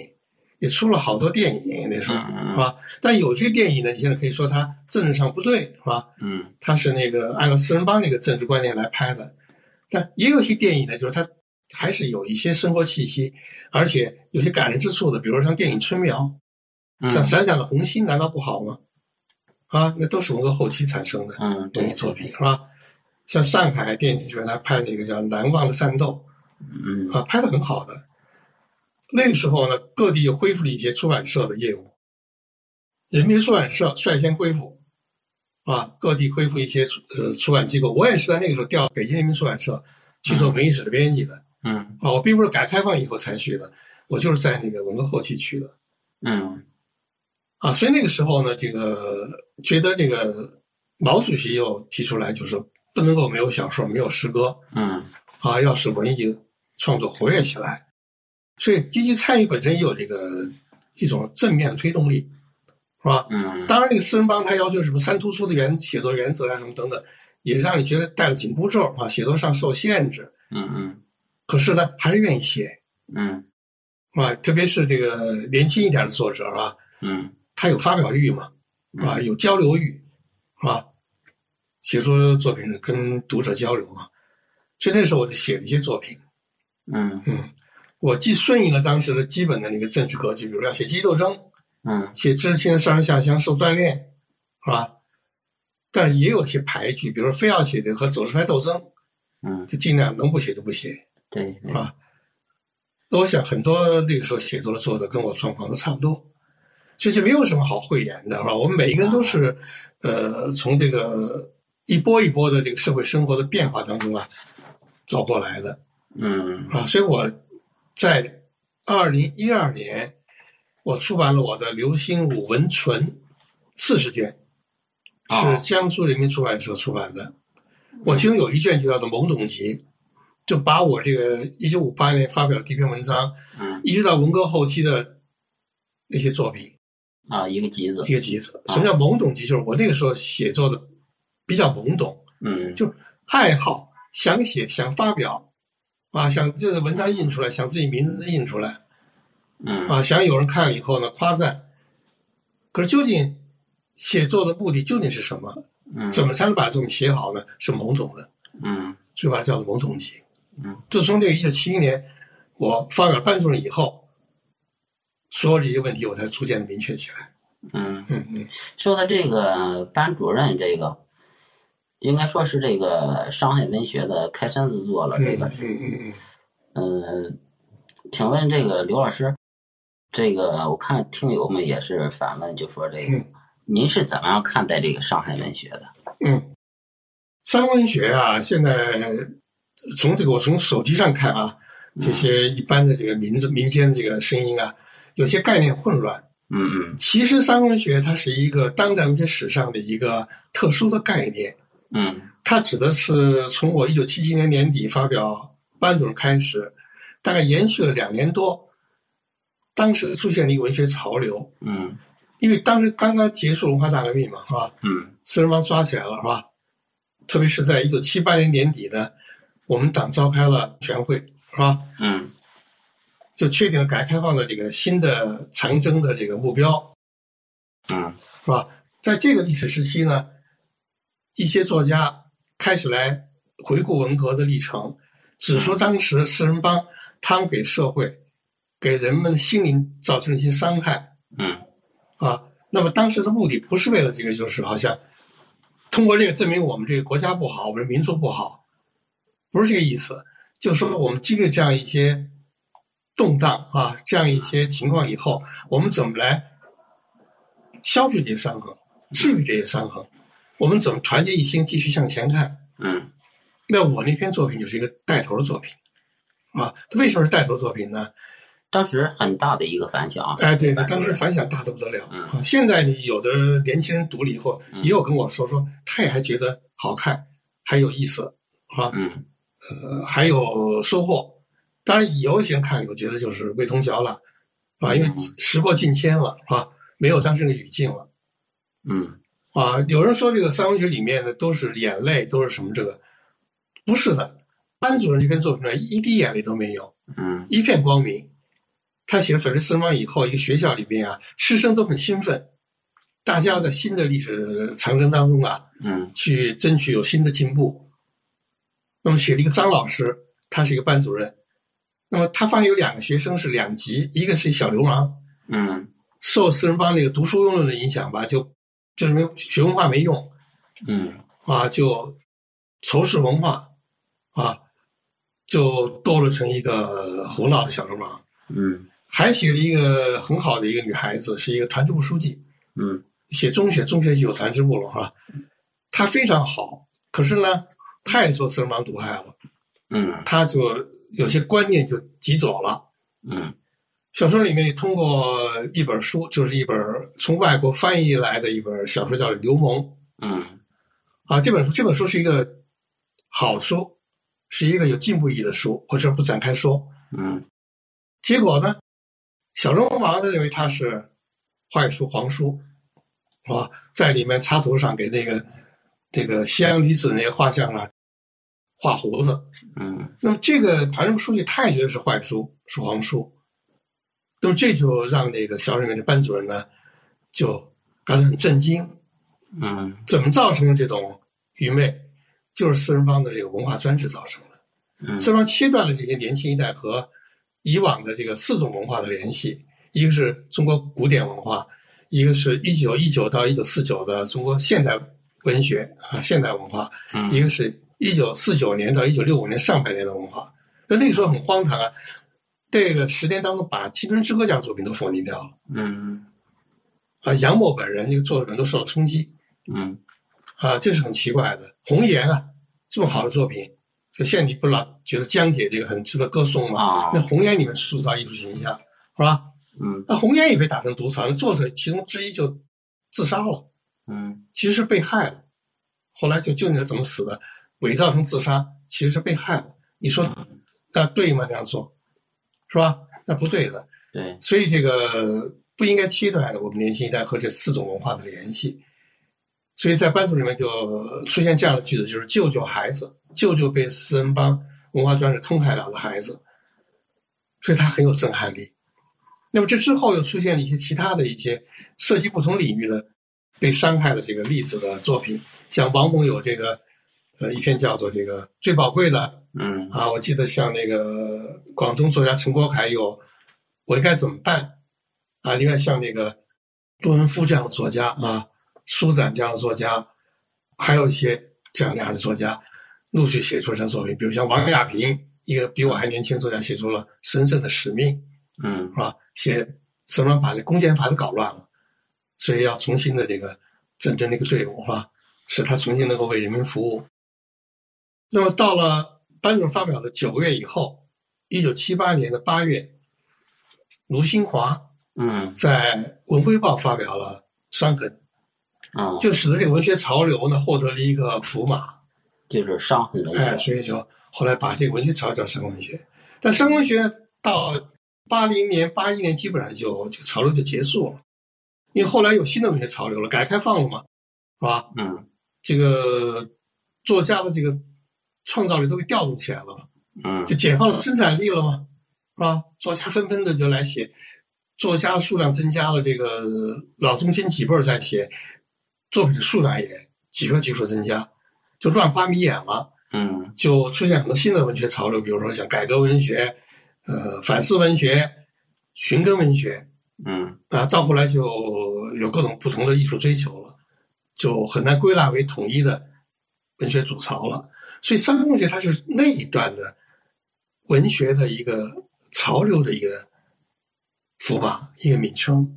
B: 也出了好多电影，那时候、
A: 嗯嗯
B: 是吧？但有些电影呢，你现在可以说它政治上不对，是吧？
A: 嗯
B: 它是那个按照四人帮那个政治观念来拍的，但也有一些电影呢，就是它还是有一些生活气息，而且有些感人之处的，比如说像电影《春苗》，像
A: 嗯
B: 闪闪的红星，难道不好吗？啊，那都是文革后期产生的
A: 嗯，
B: 文艺
A: 对，
B: 作品，是吧？像上海电影学院，他拍了一个叫《难忘的战斗
A: 嗯》，
B: 啊，拍的很好的。那个时候呢，各地又恢复了一些出版社的业务，人民出版社率先恢复，啊，各地恢复一些出呃出版机构。我也是在那个时候调北京人民出版社去做文艺史的编辑的
A: 嗯
B: 啊，我并不是改革开放以后才去的，我就是在那个文革后期去的。
A: 嗯
B: 啊，所以那个时候呢，这个觉得这个毛主席又提出来，就是不能够没有小说、没有诗歌
A: 嗯
B: 啊，要使文艺创作活跃起来。所以积极参与本身也有这个一种正面的推动力，是吧？
A: 嗯
B: 当然，这个四人帮他要求什么三突出的原写作原则啊，什么等等，也让你觉得带了紧箍咒啊，写作上受限制。
A: 嗯
B: 可是呢，还是愿意写，
A: 嗯
B: 是吧？特别是这个年轻一点的作者啊，
A: 嗯
B: 他有发表欲嘛，是吧？有交流欲，是吧？写出作品跟读者交流嘛，所以那时候我就写了一些作品，
A: 嗯
B: 我既顺应了当时的基本的那个政治格局，比如要写阶级斗争，
A: 嗯
B: 写知识青年上山下乡受锻炼，是吧？但是也有些排拒，比如说非要写的和走势派斗争，
A: 嗯，
B: 就尽量能不写就不写。
A: 对嗯对，
B: 那我想很多那个时候写作的作者跟我状况都差不多，所以就没有什么好讳言的，是吧？我们每一个人都是，呃，从这个一波一波的这个社会生活的变化当中啊，走过来的
A: 嗯
B: 啊。所以我在二零一二年，我出版了我的《流星舞文存》四十卷，
A: 哦
B: 是江苏人民出版社出版的。我其中有一卷就叫做《懵懂集》，就把我这个一九五八年发表的第一篇文章。
A: 嗯
B: 一直到文革后期的那些作品，
A: 啊，一个集子，
B: 一个集子。
A: 啊
B: 什么叫懵懂集？就是我那个时候写作的比较懵懂，
A: 嗯
B: 就是爱好，想写，想发表，啊，想这个文章印出来，想自己名字印出来，
A: 嗯
B: 啊，想有人看了以后呢夸赞。可是究竟写作的目的究竟是什么？
A: 嗯
B: 怎么才能把这种写好呢？是懵懂的，
A: 嗯
B: 所以把它叫做懵懂集。
A: 嗯，
B: 自从这个一九七一年我发表《班主任》以后，所有这些问题我才逐渐明确起来。
A: 嗯。
B: 嗯嗯，
A: 说到这个班主任，这个应该说是这个上海文学的开山之作了。这个
B: 嗯，嗯嗯
A: 嗯，请问这个刘老师，这个我看听友们也是反问，就说这个
B: 嗯
A: 您是怎么样看待这个上海文学的？
B: 嗯，商文学啊，现在嗯从这个我从手机上看啊，这些一般的这个民民间这个声音啊，有些概念混乱。
A: 嗯
B: 其实三文学它是一个当代文学史上的一个特殊的概念，
A: 嗯嗯
B: 它指的是从我一九七七年年底发表《班主任》开始，大概延续了两年多。当时出现了一个文学潮流，
A: 嗯
B: 因为当时刚刚结束文化大革命嘛，是吧？
A: 嗯
B: 四人帮抓起来了，是吧？特别是在一九七八年年底呢，我们党召开了全会，是吧？
A: 嗯
B: 就确定了改革开放的这个新的长征的这个目标，
A: 嗯
B: 是吧？在这个历史时期呢，一些作家开始来回顾文革的历程，指出当时四人帮他们给社会、给人们的心灵造成了一些伤害
A: 嗯
B: 啊。那么当时的目的不是为了这个，就是好像通过这个证明我们这个国家不好，我们民族不好，不是这个意思。就是说，我们经历这样一些动荡啊，这样一些情况以后，我们怎么来消除这些伤痕，治愈这些伤痕？我们怎么团结一心，继续向前看？
A: 嗯
B: 那我那篇作品就是一个带头的作品，啊，为什么是带头作品呢？
A: 当时很大的一个反响啊。
B: 哎，对，
A: 版
B: 当时
A: 本
B: 反响大得不得了。
A: 嗯
B: 啊现在有的年轻人读了以后，也有跟我说说，他也还觉得好看，还有意思，啊，
A: 嗯
B: 呃，还有收获。当然，有一些人看，我觉得就是味同嚼蜡，是吧？因为
A: 嗯
B: 时过境迁了，是吧？没有当时那个语境了。
A: 嗯
B: 啊，有人说这个三文学里面的都是眼泪，都是什么这个？不是的，班主任这篇作品呢，一滴眼泪都没有，
A: 嗯
B: 一片光明。他写了《粉碎四人帮》以后，一个学校里边啊，师生都很兴奋，大家在新的历史长征当中啊，
A: 嗯
B: 去争取有新的进步。那么写了一个张老师，他是一个班主任，那么他发现有两个学生是两极，一个是一小流氓，
A: 嗯
B: 受四人帮那个读书庸人的影响吧，就就是没有学文化没用，
A: 嗯
B: 啊，就仇视文化，啊，就堕落成一个胡闹的小流氓。
A: 嗯
B: 还写了一个很好的一个女孩子，是一个团支部书记，
A: 嗯
B: 写中学，中学就有团支部了，哈、她非常好，可是呢，她也受四人帮毒害了，
A: 嗯
B: 她就有些观念就极左了。
A: 嗯
B: 小说里面通过一本书，就是一本从外国翻译来的一本小说，叫《流氓》。
A: 嗯
B: 啊，这本书这本书是一个好书，是一个有进步意义的书，我这儿不展开说。
A: 嗯
B: 结果呢，小流氓他认为他是坏书、黄书，是吧？在里面插图上给那个那个西洋女子那些画像啊画胡子。
A: 嗯
B: 那么这个团支部书记他也觉得是坏书，是黄书。那么这就让那个小里面的班主任呢，就感到很震惊，
A: 嗯
B: 怎么造成了这种愚昧？就是四人帮的这个文化专制造成的。
A: 嗯
B: 四人帮切断了这些年轻一代和以往的这个四种文化的联系，一个是中国古典文化，一个是一九一九到一九四九的中国现代文学啊现代文化，一
A: 嗯
B: 个是一九四九年到一九六五年上半年的文化。那那个时候很荒唐啊，这个十年当中把《青春之歌》这样的作品都否定掉了
A: 嗯
B: 啊，杨沫本人这个作者都受到冲击。
A: 嗯
B: 啊，这是很奇怪的。红岩啊，这么好的作品，就现在你不老觉得江姐这个很值得歌颂吗？
A: 啊
B: 那红岩你们塑造艺术形象是吧？
A: 嗯
B: 那红岩也被打成独裁了，作者其中之一就自杀了，
A: 嗯
B: 其实是被害了。后来就究竟是怎么死的，伪造成自杀，其实是被害了。你说那对吗？这样做是吧？那不对的。
A: 对
B: 所以这个不应该切断我们年轻一代和这四种文化的联系。所以在班组里面就出现这样的句子，就是“救救孩子，救救被四人帮文化专制坑害了的孩子”，所以它很有震撼力。那么这之后又出现了一些其他的一些涉及不同领域的被伤害的这个例子的作品，像王蒙有这个呃一篇叫做这个最宝贵的
A: 嗯
B: 啊，我记得像那个广东作家陈国凯有《我应该怎么办》啊，另外像那个杜文夫这样的作家啊，舒展这样的作家，还有一些这样那样的作家，陆续写出这样的作品，比如像王亚平，一个比我还年轻的作家，写出了《神圣的使命》，
A: 嗯
B: 是吧？写怎么把这公检法都搞乱了，所以要重新的这个整顿那个队伍，是吧？使他重新能够为人民服务。那么到了班主任发表的九个月以后，一九七八年的八月，卢新华
A: 嗯
B: 在《文汇报》发表了《伤痕》，
A: 嗯，
B: 就使得这个文学潮流呢获得了一个符码。
A: 就是伤痕文
B: 哎，
A: 学，
B: 所以就后来把这个文学潮叫商文学。但商文学到八零年、八一年基本上就这个潮流就结束了，因为后来有新的文学潮流了，改革开放了嘛，是吧？
A: 嗯
B: 这个作家的这个创造力都被调动起来了嘛，
A: 嗯
B: 就解放了生产力了嘛，是吧？作家纷纷的就来写，作家数量增加了，这个老中青几辈儿在写，作品的数量也几何级数增加，就乱花迷眼了。
A: 嗯
B: 就出现很多新的文学潮流，比如说像改革文学、呃反思文学、寻根文学
A: 嗯
B: 啊，到后来就有各种不同的艺术追求了，就很难归纳为统一的文学主潮了。所以三文学它是那一段的文学的一个潮流的一个符码，一个名称。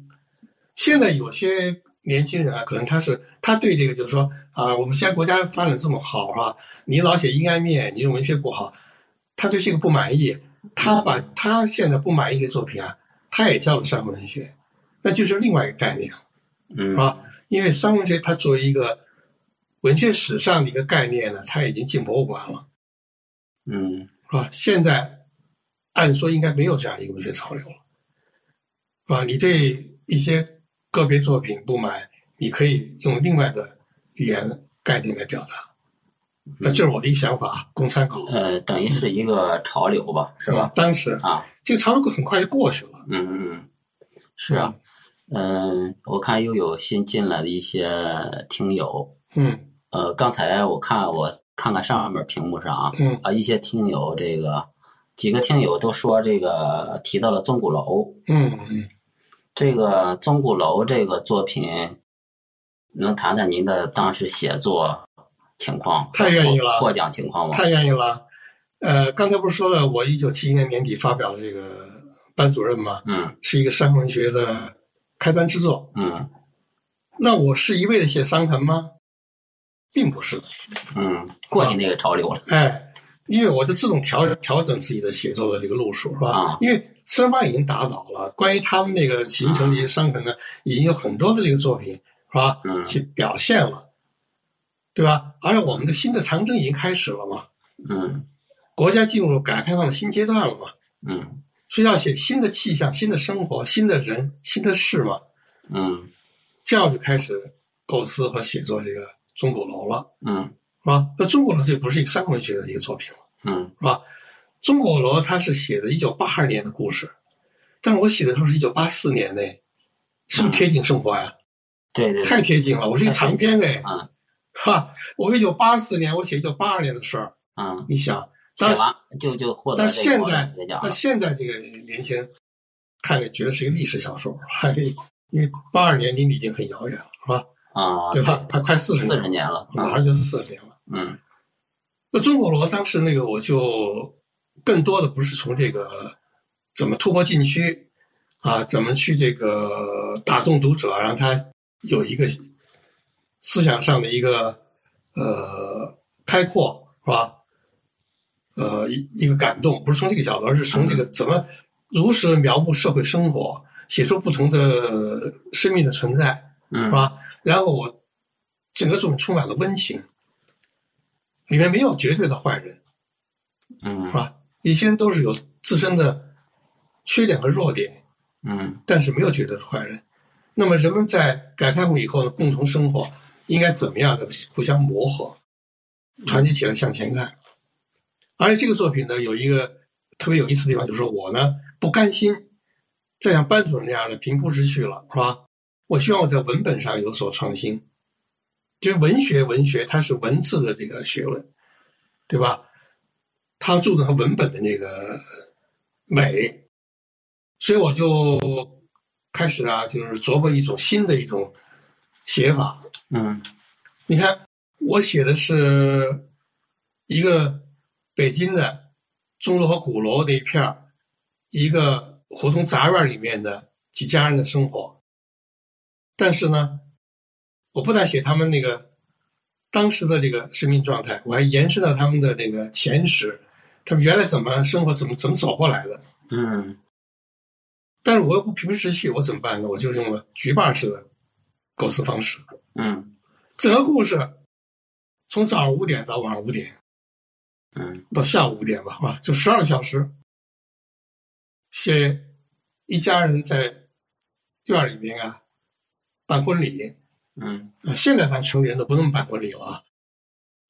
B: 现在有些年轻人啊，可能他是他对这个就是说啊，我们现在国家发展这么好啊，你老写阴暗面，你用文学不好，他对这个不满意，他把他现在不满意的作品啊，他也叫了商文学，那就是另外一个概念
A: 嗯
B: 啊。因为商文学它作为一个文学史上的一个概念呢，它已经进博物馆了，
A: 嗯
B: 是吧？现在按说应该没有这样一个文学潮流了，是吧？你对一些个别作品不满，你可以用另外的语言概念来表达。那这是我的一个想法，供参考，
A: 呃，等于是一个潮流吧，是吧？？
B: 当时
A: 啊，
B: 这个潮流很快就过去了，
A: 嗯嗯，是啊，嗯，我看又有新进来的一些听友，
B: 嗯
A: 呃，刚才我看我看看上面屏幕上啊，
B: 嗯
A: 啊，一些听友这个几个听友都说这个提到了钟鼓楼，
B: 嗯嗯
A: 这个钟鼓楼这个作品，能谈谈您的当时写作情况？
B: 太愿意了
A: 获奖情况吗？
B: 太愿意了。呃，刚才不是说了，我一九七一年年底发表的这个班主任嘛，
A: 嗯
B: 是一个伤痕学的开端之作。
A: 嗯
B: 那我是一味的写伤痕吗？并不是，
A: 嗯，过去那个潮流了。
B: 哎，因为我就自动调调整自己的写作的这个路数，是吧？
A: 啊
B: 因为森发已经打倒了，关于他们那个形成这些伤痕呢，已经有很多的这个作品，是吧？
A: 嗯
B: 去表现了，对吧？而且我们的新的长征已经开始了嘛，
A: 嗯
B: 国家进入了改革开放的新阶段了嘛，
A: 嗯
B: 所以要写新的气象、新的生活、新的人、新的事嘛，
A: 嗯
B: 这样就开始构思和写作这个钟鼓楼了，
A: 嗯
B: 是吧？那钟鼓楼就不是一个三文学的一个作品了。
A: 嗯
B: 是吧？钟鼓楼它是写的1982年的故事，但是我写的时候是1984年呢，是不是贴近生活呀、
A: 对对对，
B: 太贴近了，我是一个长篇哎，
A: 嗯
B: 是吧？我一九八四年我写一九八二年的事儿，
A: 嗯，
B: 你想，
A: 写
B: 当时
A: 完就就获得
B: 但
A: 这
B: 现
A: 个
B: 在
A: 学奖
B: 但
A: 了。
B: 现在这个年轻人看着觉得是一个历史小说，还因为八二年离你已经很遥远了，是吧？
A: 啊，
B: 对吧？快快四十
A: 四十
B: 年，
A: 年了。啊
B: 马上就四十年了。
A: 嗯
B: 那中国罗当时那个，我就更多的不是从这个怎么突破禁区啊，怎么去这个打动读者，让他有一个思想上的一个呃开阔，是吧？呃，一一个感动，不是从这个角度，而是从这个怎么如实描摹社会生活，写出不同的生命的存在，是
A: 嗯
B: 吧？然后我整个作品充满了温情，里面没有绝对的坏人，是
A: 嗯
B: 吧？有些人都是有自身的缺点和弱点，
A: 嗯
B: 但是没有绝对的坏人。那么人们在改革开放以后呢，共同生活应该怎么样的互相磨合，团结起来向前看。而且这个作品呢，有一个特别有意思的地方，就是说我呢不甘心再像班主任那样的平铺直叙了，是吧？我希望我在文本上有所创新。就是文学，文学它是文字的这个学问，对吧？它注重它文本的那个美，所以我就开始啊，就是琢磨一种新的一种写法。
A: 嗯
B: 你看，我写的是一个北京的钟楼和鼓楼那一片儿，一个胡同杂院里面的几家人的生活。但是呢，我不但写他们那个当时的这个生命状态，我还延伸到他们的那个前史，他们原来怎么生活，怎么怎么走过来的。
A: 嗯
B: 但是我又不平铺直叙，我怎么办呢？我就用了局坝式的构思方式。
A: 嗯
B: 整个故事从早上五点到晚上五点
A: 嗯
B: 到下午五点吧，啊，就十二小时，写一家人在院里面啊办婚礼，
A: 嗯
B: 啊，现在咱城里人都不那么办婚礼了啊。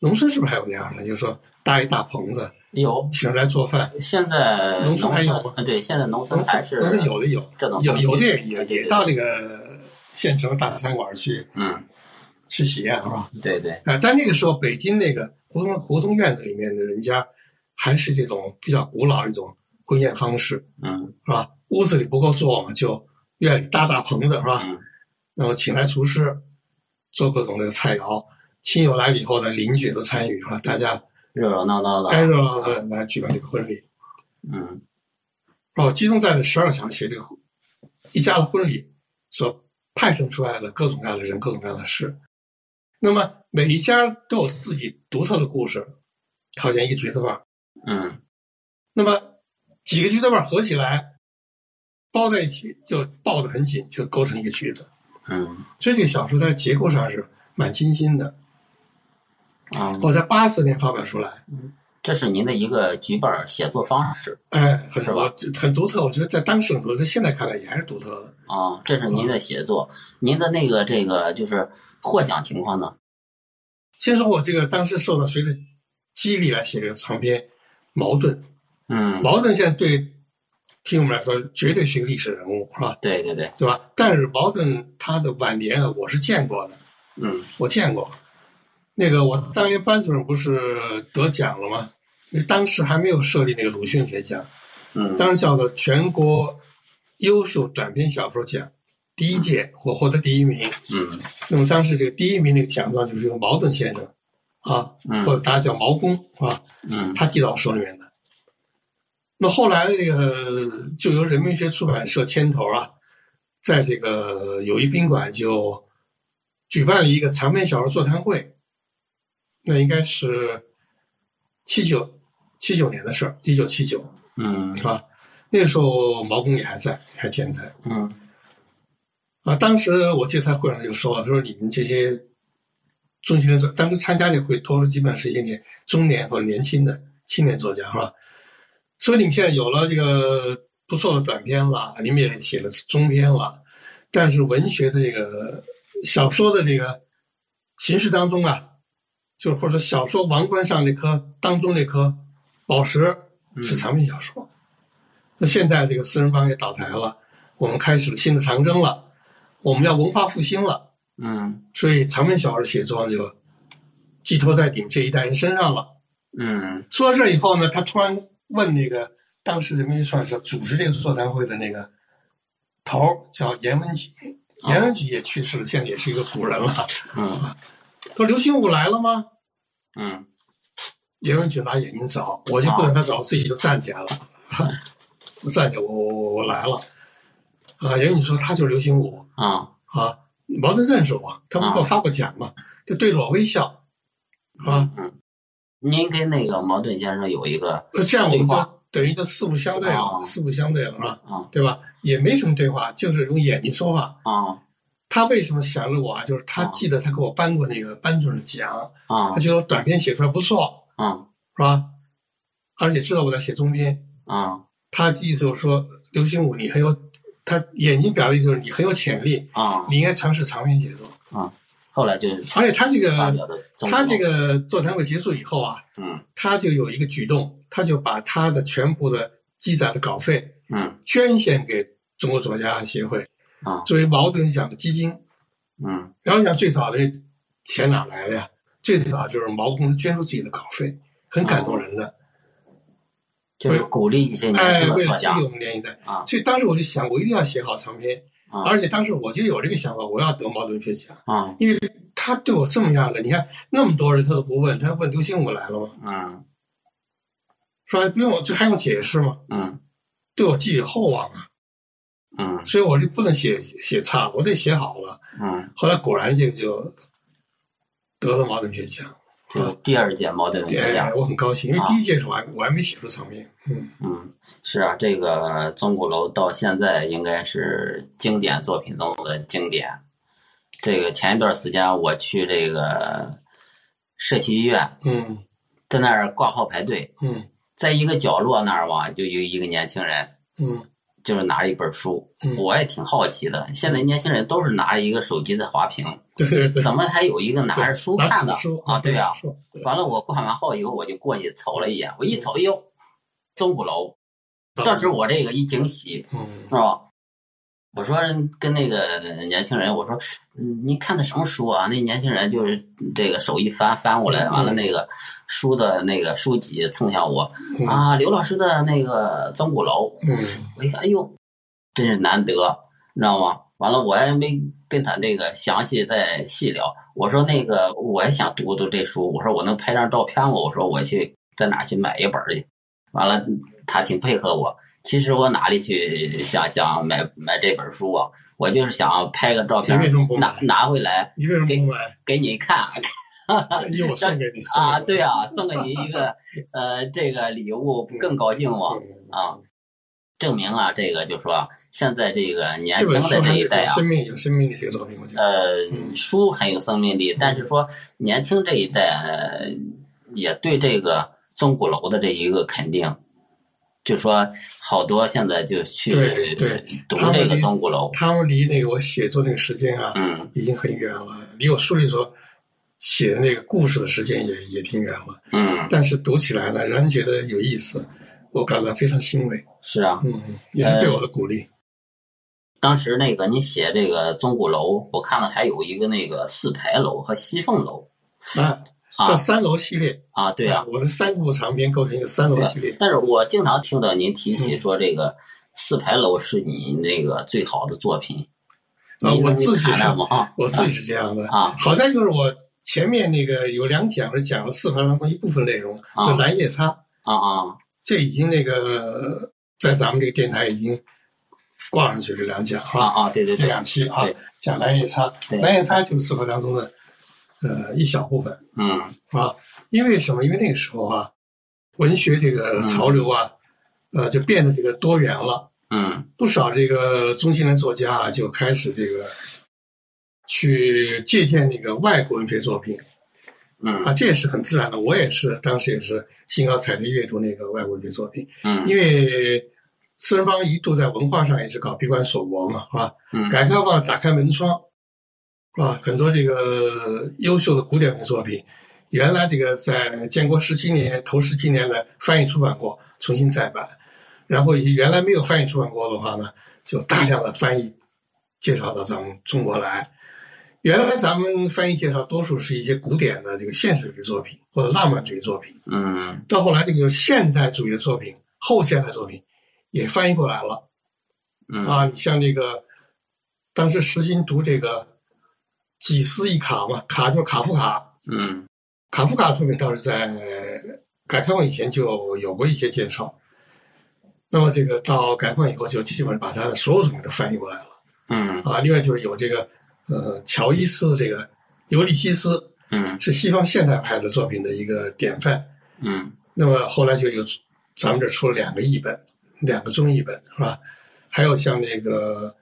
B: 农村是不是还有那样的？就是说搭一大棚子，
A: 有。
B: 请人来做饭。
A: 现在
B: 农
A: 农
B: 村还有吗
A: 村呃对，现在农
B: 农
A: 村还
B: 村
A: 是
B: 农村有的有，
A: 这种
B: 有
A: 方式
B: 有的也
A: 对
B: 也
A: 对
B: 也
A: 对
B: 到那个县城大餐馆去
A: 嗯，
B: 吃席啊，是吧？
A: 对对，
B: 啊，但那个时候北京那个胡同胡同院子里面的人家，还是这种比较古老一种婚宴方式，
A: 嗯
B: 是吧？屋子里不够坐嘛，就院里搭大棚子，是吧？
A: 嗯
B: 那么请来厨师，做各种这个菜肴，亲友来了以后呢，邻居也都参与，是吧？大家
A: 热热闹闹的，
B: 该热闹的来举办这个婚礼。
A: 嗯
B: 哦，集中在了十二小时这个一家的婚礼所派生出来的各种各样的人、各种各样的事。那么每一家都有自己独特的故事，好像一个橘子瓣儿。
A: 嗯
B: 那么几个橘子瓣儿合起来包在一起，就抱得很紧，就构成一个橘子。
A: 嗯
B: 所以这个小说在结构上是蛮精心的。
A: 嗯，
B: 我在八四年发表出来，
A: 这是您的一个剧本写作方式
B: 哎，很
A: 是吧
B: 我很独特，我觉得在当时很独特，在现在看来也还是独特的。
A: 啊，这是您的写作，您的那个这个就是获奖情况呢？
B: 先说我这个当时受到谁的激励来写这个长篇《矛盾》，
A: 嗯，
B: 矛盾现在对听我们来说绝对是一个历史人物，是吧？
A: 对对对，
B: 对吧？但是矛盾他的晚年啊，我是见过的，
A: 嗯
B: 我见过。那个我当年班主任不是得奖了吗？因为当时还没有设立那个鲁迅学奖，
A: 嗯
B: 当时叫做全国优秀短篇小说奖，第一届我获得第一名。
A: 嗯
B: 那么当时这个第一名那个奖状就是一个矛盾先生，啊，
A: 嗯
B: 或者大家叫毛公，是吧？
A: 嗯
B: 他寄到我手里面的。那后来那个就由人民学出版社牵头啊，在这个友谊宾馆就举办了一个长篇小说座谈会，那应该是七九七九年的事儿，一九七九
A: 嗯
B: 是吧？那个时候毛公也还在，还健在
A: 嗯
B: 啊。当时我记得他会上就说了，他说你们这些中青年作，当时参加这会，多数基本上是一些年中年或者年轻的青年作家，是吧？所以你们现在有了这个不错的短篇了，你们也写了中篇了，但是文学的这个小说的这个形式当中啊，就是或者说小说王冠上那颗当中那颗宝石是长篇小说。那现在这个四人帮也倒台了，我们开始了新的长征了，我们要文化复兴了。
A: 嗯
B: 所以长篇小说的写作就寄托在你们这一代人身上了。
A: 嗯
B: 说到这儿以后呢，他突然问那个当时人民出版社主持这个座谈会的那个头儿叫严文举，
A: 哦
B: 严文举也去世了，现在也是一个古人了。他
A: 嗯
B: 说：“刘心武来了吗
A: 嗯？”
B: 严文举拿眼睛找，我就不等他找，自己就站起来了。 我站起来，我我我我来了。啊，严文举说他就是刘心武。
A: 啊
B: 啊，毛泽东认识我，他不给我发过奖嘛，就对着我微笑，啊，
A: 嗯，您跟那个矛盾先生有一个
B: 呃这样我
A: 对
B: 们
A: 话
B: 就等于就四目相对了，
A: 啊
B: 四目相对了，是吧？
A: 啊
B: 对吧？也没什么对话，就是用眼睛说话。
A: 啊
B: 他为什么想着我啊？就是他
A: 啊
B: 记得他给我颁过那个班主任的奖，
A: 啊
B: 他觉得我短篇写出来不错，
A: 啊
B: 是吧？而且知道我在写中篇，
A: 啊
B: 他意思就是说，刘心武你很有，他眼睛表达意思就是你很有潜力，
A: 啊！
B: 你应该尝试长篇写作。
A: 后来就是
B: 而且他这
A: 发
B: 个
A: 表的总
B: 他这个座谈会结束以后啊，
A: 嗯
B: 他就有一个举动，他就把他的全部的积攒的稿费
A: 嗯
B: 捐献给中国作家协会，
A: 啊
B: 作为矛盾奖的基金。
A: 嗯
B: 然后你想最早的钱哪来的呀？最早就是毛公司捐出自己的稿费，很感动人的。
A: 就是鼓励一些年
B: 哎，
A: 轻
B: 为
A: 的作
B: 了激
A: 家
B: 励我们年一代，
A: 啊
B: 所以当时我就想，我一定要写好长篇。
A: 啊
B: 而且当时我就有这个想法，我要得矛盾学奖。
A: 啊
B: 他对我这么样的，你看那么多人他都不问，他问刘心武来了吗？
A: 嗯
B: 是吧？不用，这还用解释吗？
A: 嗯
B: 对我寄予厚望啊。
A: 嗯
B: 所以我就不能写写差，我得写好了。
A: 嗯，
B: 后来果然这个就得了茅盾学奖。
A: 这个第二届茅盾文学奖
B: 哎，。我很高兴，因为
A: 啊
B: 第一届时候我还我还没写出成名，嗯，
A: 嗯，是啊，这个钟鼓楼到现在应该是经典作品中的经典。这个前一段时间我去这个社区医院，
B: 嗯
A: 在那儿挂号排队，
B: 嗯
A: 在一个角落那儿吧，就有一个年轻人，
B: 嗯
A: 就是拿着一本书
B: 嗯。
A: 我也挺好奇的，现在年轻人都是拿着一个手机在滑屏，
B: 对对对，
A: 怎么还有一个拿着书
B: 拿
A: 看的
B: 纸书
A: 啊？对
B: 呀、
A: 啊
B: 拿，纸书对
A: 完了，我挂完号以后，我就过去瞅了一眼，我一瞅，哟，钟鼓楼，当时我这个一惊喜，
B: 嗯
A: 是吧？我说跟那个年轻人，我说，嗯，您看的什么书啊？那年轻人就是这个手一翻翻过
B: 嗯
A: 来，完了那个书的那个书籍冲向我
B: 嗯
A: 啊，刘老师的那个《钟鼓楼》，
B: 嗯
A: 我一看，哎呦，真是难得，你知道吗？完了，我还没跟他那个详细再细聊。我说那个，我也想读读这书。我说我能拍张照片吗？我说我去在哪儿去买一本儿去。完了，他挺配合我。其实我哪里去想想买买这本书啊？我就是想拍个照片
B: 哎你为什么不，买
A: 拿拿回来
B: 你为什么 不买？
A: 给你看
B: 因为我送给你
A: 啊！对
B: 啊，
A: 啊，送给你一个呃这个礼物，不更高兴吗？
B: 嗯
A: 啊，证明啊，这个就说现在这个年
B: 这
A: 轻的
B: 本
A: 这
B: 书还
A: 一
B: 是
A: 代
B: 有
A: 啊，
B: 生命有生命力的一个作品，我觉得。
A: 呃，
B: 嗯
A: 书很有生命力，但是说年轻这一代呃也对这个钟鼓楼的这一个肯定，就说好多现在就去
B: 对对
A: 读
B: 他们
A: 这个
B: 离
A: 钟鼓楼，
B: 他们离那个我写作那个 时间啊，
A: 嗯
B: 已经很远了，离我书里所写的那个故事的时间也也挺远了。
A: 嗯，
B: 但是读起来呢，仍然觉得有意思，我感到非常欣慰。
A: 是啊，
B: 嗯，也是对我的鼓励。
A: 当时那个你写这个钟鼓楼，我看了还有一个那个四牌楼和西凤楼
B: 啊，这
A: 啊
B: 三楼系列，
A: 啊，对啊，
B: 我的三部长篇构成一个三楼系列。
A: 但是我经常听到您提
B: 嗯
A: 起说这个《四牌楼》是你那个最好的作品，
B: 啊
A: 你
B: 我
A: 能给
B: 自己
A: 谈谈吗？
B: 我自己是这样的
A: 啊
B: 好在就是我前面那个有两讲是讲了四盘当中一部分内容，
A: 啊
B: 就蓝夜叉，
A: 啊啊
B: 这已经那个在咱们这个电台已经挂上去这两讲
A: 啊
B: 啊，
A: 啊！对对
B: 这
A: 对，
B: 两期啊
A: 对
B: 讲蓝夜叉，
A: 对
B: 蓝夜叉就是四盘当中的呃一小部分
A: 嗯
B: 啊，因为什么？因为那个时候啊，文学这个潮流啊，呃就变得这个多元了。
A: 嗯
B: 不少这个中青年作家啊，就开始这个去借鉴那个外国文学作品啊，
A: 嗯
B: 这也是很自然的。我也是当时也是兴高采烈阅读那个外国文学作品，
A: 嗯
B: 因为四人帮一度在文化上也是搞闭关锁国嘛，是啊吧？
A: 嗯
B: 改革开放打开门窗，是吧？很多这个优秀的古典文学作品，原来这个在建国十七年头十七年的翻译出版过，重新再版，然后以原来没有翻译出版过的话呢，就大量的翻译介绍到咱们中国来。原来咱们翻译介绍多数是一些古典的这个现实主义作品或者浪漫主义作品，
A: 嗯
B: 到后来这个现代主义的作品、后现代作品也翻译过来了。
A: 嗯
B: 啊，你像这个，当时时兴读这个几思一卡嘛，卡就是卡夫卡，
A: 嗯
B: 卡夫卡的作品倒是在改革开放以前就有过一些介绍，那么这个到改革开放以后就基本把他的所有作品都翻译过来了
A: 嗯
B: 啊。另外就是有这个呃乔伊斯的这个《尤利西斯》，
A: 嗯
B: 是西方现代派的作品的一个典范。
A: 嗯
B: 那么后来就有咱们这出了两个译本，两个中译本是吧？还有像那个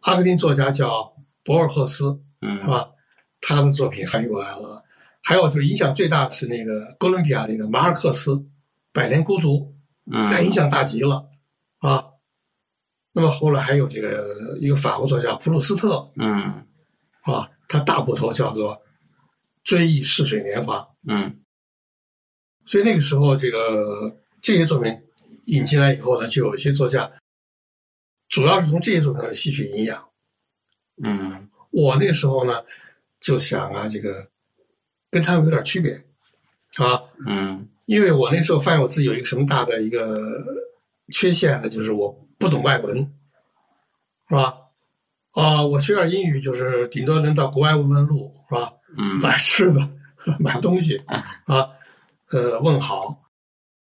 B: 阿根廷作家叫博尔赫斯是
A: 嗯
B: 吧？他的作品翻译过来了。还有就是影响最大的是那个哥伦比亚那个马尔克斯《百年孤独》，那影
A: 嗯
B: 响大极了啊。那么后来还有这个一个法国作家普鲁斯特
A: 嗯
B: 啊，他大部头叫做《追忆似水年华》，
A: 嗯
B: 所以那个时候，这个这些作品引进来以后呢，就有一些作家，主要是从这些作品上吸取营养。
A: 嗯
B: 我那个时候呢，就想啊，这个跟他们有点区别啊，
A: 嗯
B: 因为我那时候发现我自己有一个什么大的一个缺陷呢，就是我不懂外文，是吧？啊、我学点英语，就是顶多能到国外问问路，是吧？
A: 嗯
B: 买吃的、 买东西啊，呃，问好、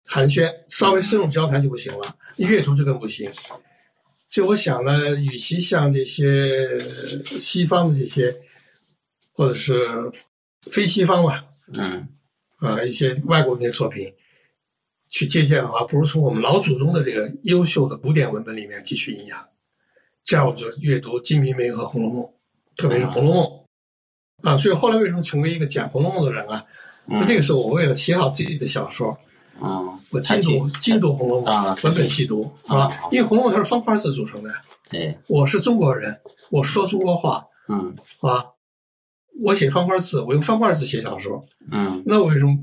B: 寒暄，稍微深入交谈就不行了，阅读就更不行。所以我想呢，与其像这些西方的这些，或者是非西方吧，
A: 嗯
B: 呃一些外国文学作品去借鉴的话，不如从我们老祖宗的这个优秀的古典文本里面汲取营养。这样我就阅读《金瓶梅》和《红楼梦》，特别是《红楼梦》啊。所以后来为什么成为一个讲《红楼梦》的人啊？
A: 嗯
B: 那个时候我为了写好自己的小说，
A: 嗯，
B: 我精读精读《红楼梦
A: 啊》，
B: 文本细读啊
A: 啊，
B: 因为《红楼梦》它是方块字组成的。
A: 对，
B: 我是中国人，我说中国话
A: 嗯
B: 啊，我写方块字，我用方块字写小说。
A: 嗯
B: 那我为什么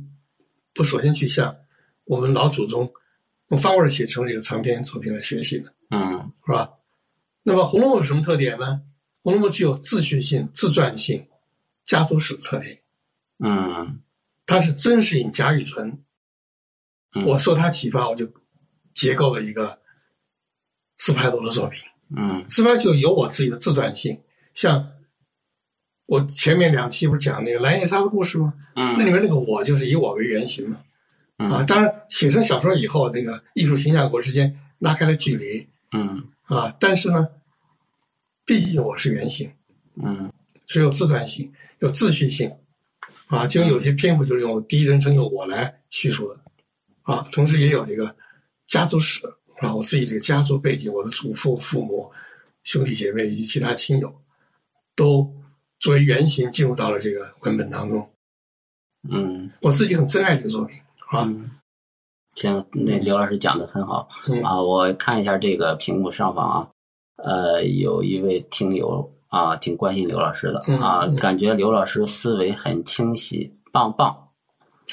B: 不首先去向我们老祖宗用方块写成这个长篇作品来学习呢？
A: 嗯
B: 是吧？那么《红楼梦》有什么特点呢？《红楼梦》具有自叙性、自传性、家族史特点，
A: 嗯
B: 它是真实引贾雨村
A: 嗯。
B: 我受他启发，我就结构了一个斯派罗的作品。
A: 嗯
B: 斯派罗就有我自己的自传性，像我前面两期不是讲那个蓝叶莎的故事吗？那里
A: 嗯
B: 面那个我就是以我为原型嘛。啊，
A: 嗯
B: 当然写成小说以后，那个艺术形象国之间拉开了距离
A: 嗯
B: 啊，但是呢，毕竟我是原型，
A: 嗯
B: 是有自传性、有自叙性啊，其中有些篇幅就是用第一人称用我来叙述的啊，同时也有这个家族史啊，我自己这个家族背景，我的祖父、父母、兄弟姐妹以及其他亲友，都作为原型进入到了这个文本当中。
A: 嗯
B: 我自己很珍爱这个作品啊，
A: 嗯，行，那刘老师讲的很好。
B: 嗯
A: 啊，我看一下这个屏幕上方啊，呃，有一位听友啊，挺关心刘老师的
B: 嗯
A: 啊
B: 嗯，
A: 感觉刘老师思维很清晰，棒棒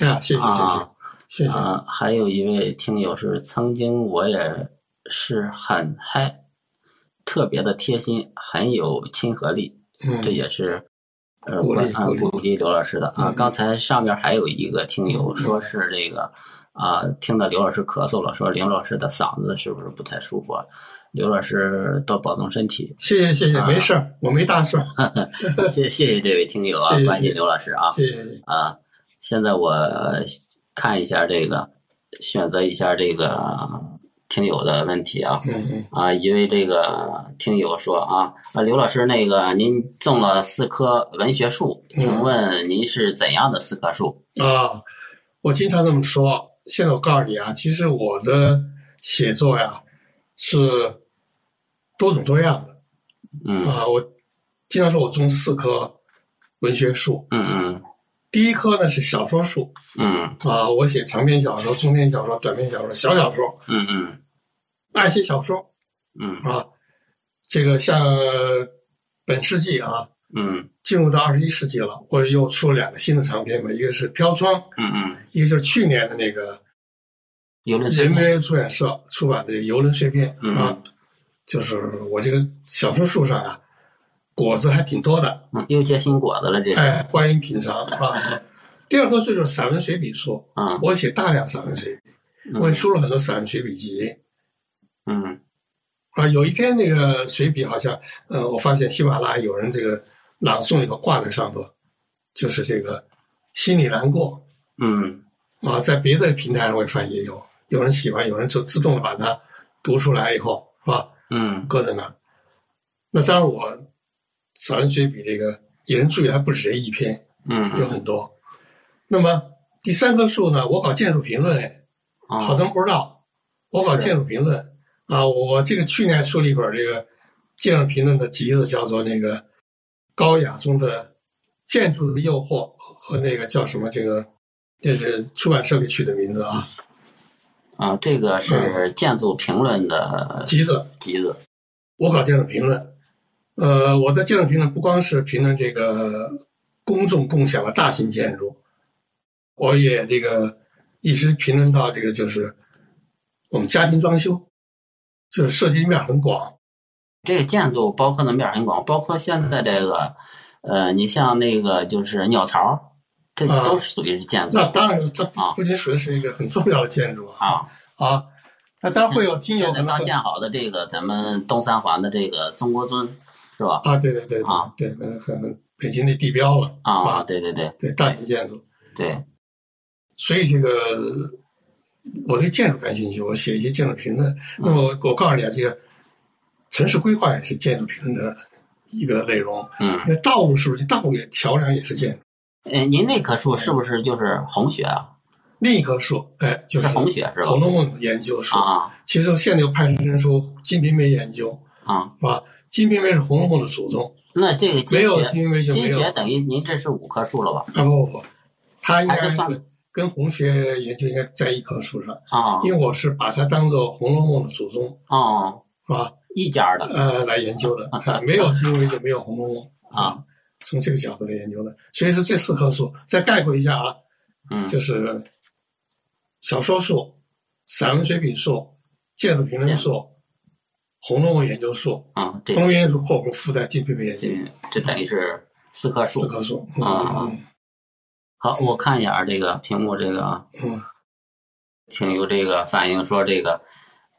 B: 啊，谢谢谢谢
A: 啊
B: 谢谢。
A: 啊。还有一位听友是曾经我也是很嗨，特别的贴心，很有亲和力，
B: 嗯
A: 这也是呃
B: 鼓
A: 关
B: 励
A: 啊
B: 鼓励
A: 鼓励刘老师的啊。
B: 嗯
A: 刚才上面还有一个听友
B: 嗯，
A: 说是这个啊，听到刘老师咳嗽了，说刘老师的嗓子是不是不太舒服啊？刘老师多保重身体
B: 谢谢谢
A: 啊
B: 谢，没事儿，我没大事儿，
A: 谢谢谢这位听友啊
B: 谢谢，
A: 关
B: 谢
A: 心
B: 谢
A: 刘老师啊
B: 谢谢。
A: 啊。现在我看一下这个，选择一下这个听友的问题啊。
B: 嗯嗯，
A: 啊，一位这个听友说啊，啊，刘老师，那个您种了四棵文学树，
B: 嗯
A: 请问您是怎样的四棵树？
B: 啊，我经常这么说。现在我告诉你啊，其实我的写作呀是多种多样的
A: 嗯
B: 啊。我经常说我种四棵文学树，
A: 嗯
B: 第一棵呢是小说树
A: 嗯嗯
B: 啊，我写长篇小说、中篇小说、短篇小说、小小说，
A: 嗯嗯
B: 爱写小说
A: 嗯
B: 啊。这个像本世纪啊，
A: 嗯
B: 进入到二十一世纪了，我又出了两个新的长篇嘛，一个是《飘窗》，
A: 嗯嗯，
B: 一个就是去年的那个
A: 游轮碎
B: 人
A: 片，
B: 民出版社出版的《游轮碎片》
A: 嗯
B: 啊，就是我这个小说树上啊，果子还挺多的，
A: 嗯，又结新果子了，这是，
B: 哎，欢迎品尝啊。第二棵树就是散文随笔树，
A: 嗯
B: 我写大量散文随笔，我也出了很多散文随笔集
A: 嗯
B: 啊。有一篇那个随笔好像，呃，我发现喜马拉雅有人这个朗诵以后挂在上头，就是这个心里难过，
A: 嗯
B: 啊，在别的平台上我翻也有，有人喜欢，有人就自动的把它读出来以后，是吧？
A: 嗯
B: 搁在那儿。那当然，我散文随笔这个引人注意还不止这一篇，有
A: 嗯，
B: 很多。那么第三棵树呢？我搞建筑评论，哎
A: 哦
B: 好多人不知道，我搞
A: 是
B: 建筑评论啊。我这个去年出了一本这个建筑评论的集子，叫做那个《高雅中的建筑的诱惑》和那个叫什么这个，这是出版社给取的名字啊。
A: 啊，这个
B: 嗯
A: 是建筑评论的
B: 集子，
A: 集子，
B: 我搞建筑评论，呃，我在建筑评论不光是评论这个公众共享的大型建筑，我也这个一直评论到这个就是我们家庭装修，就是涉及面很广。
A: 这个建筑包括的面儿很广，包括现在这个，呃，你像那个就是鸟巢，这
B: 啊
A: 都是属于是建筑
B: 那当然，它
A: 啊
B: 不仅属于是一个很重要的建筑啊
A: 啊。
B: 啊，那当然会有听友
A: 现
B: 可
A: 在
B: 能
A: 刚
B: 会
A: 建好的这个咱们东三环的这个中国尊是吧？
B: 啊，对对对对
A: 啊
B: 对，那可能北京的地标了，
A: 啊，
B: 啊
A: 对对对
B: 对大型建筑，
A: 对，
B: 所以这个我对建筑感兴趣，我写一些建筑评论。那么
A: 嗯
B: 我我告诉你啊，这个城市规划也是建筑评论的一个内容。
A: 嗯
B: 那道路是不是道路也桥梁也是建筑？
A: 呃，您那棵树是不是就是红学啊？
B: 另一棵树，哎，就是《
A: 红学是吧？
B: 红楼梦》研究树。
A: 啊
B: 其实现在又派生出《金瓶梅》研究，
A: 啊，
B: 是吧？《金瓶梅》是《红楼梦》的祖宗，
A: 那这个金
B: 没有《
A: 学，
B: 金瓶梅》就
A: 金
B: 没有。
A: 学
B: 啊
A: 等于您这是五棵树了吧？
B: 不不不，它应
A: 还
B: 该
A: 是
B: 是
A: 算
B: 跟红学研究应该在一棵树上，
A: 啊
B: 因为我是把它当做《红楼梦》的祖宗，
A: 哦，
B: 是吧？
A: 一家的
B: 呃，来研 究的。啊没有《金瓶梅》就没有《红楼梦》
A: 啊，，
B: 从这个角度来研究的。所以说这四棵树，再概括一下啊，
A: 嗯，
B: 就是小说树、散文水笔树、建筑评论树、《红楼梦》研究树、
A: 啊，
B: 《
A: 这
B: 红楼梦》研究树（括弧附带金瓶梅研究
A: 这这等于是四棵）
B: 四
A: 树。
B: 棵树。
A: 啊
B: 嗯
A: 好，我看一下这个屏幕，这个
B: 嗯，
A: 听友这个反映说，这个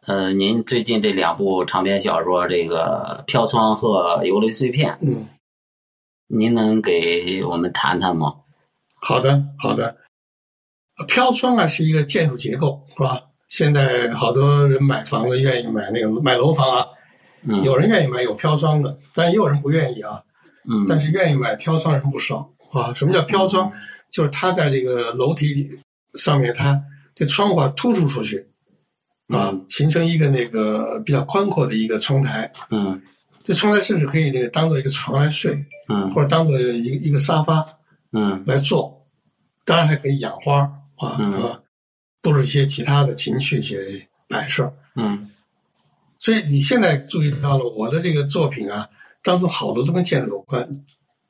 A: 呃，您最近这两部长篇小说，这个《飘窗》和《游离碎片》，
B: 嗯，
A: 您能给我们谈谈吗？
B: 好的，好的。飘窗啊是一个建筑结构，是吧？现在好多人买房子愿意买那个买楼房啊，
A: 嗯
B: 有人愿意买有飘窗的，但也有人不愿意啊。
A: 嗯，
B: 但是愿意买飘窗人不少啊。什么叫飘窗？就是它在这个楼梯里上面，它这窗户啊突出出去，啊
A: 嗯，
B: 形成一个那个比较宽阔的一个窗台。
A: 嗯
B: 这窗台甚至可以那个当做一个床来睡，
A: 嗯
B: 或者当做一个一个沙发
A: 嗯
B: 来坐。当然还可以养花啊
A: 嗯
B: 啊，布置一些其他的情趣一些摆设。
A: 嗯
B: 所以你现在注意到了我的这个作品啊，当中好多都跟建筑有关。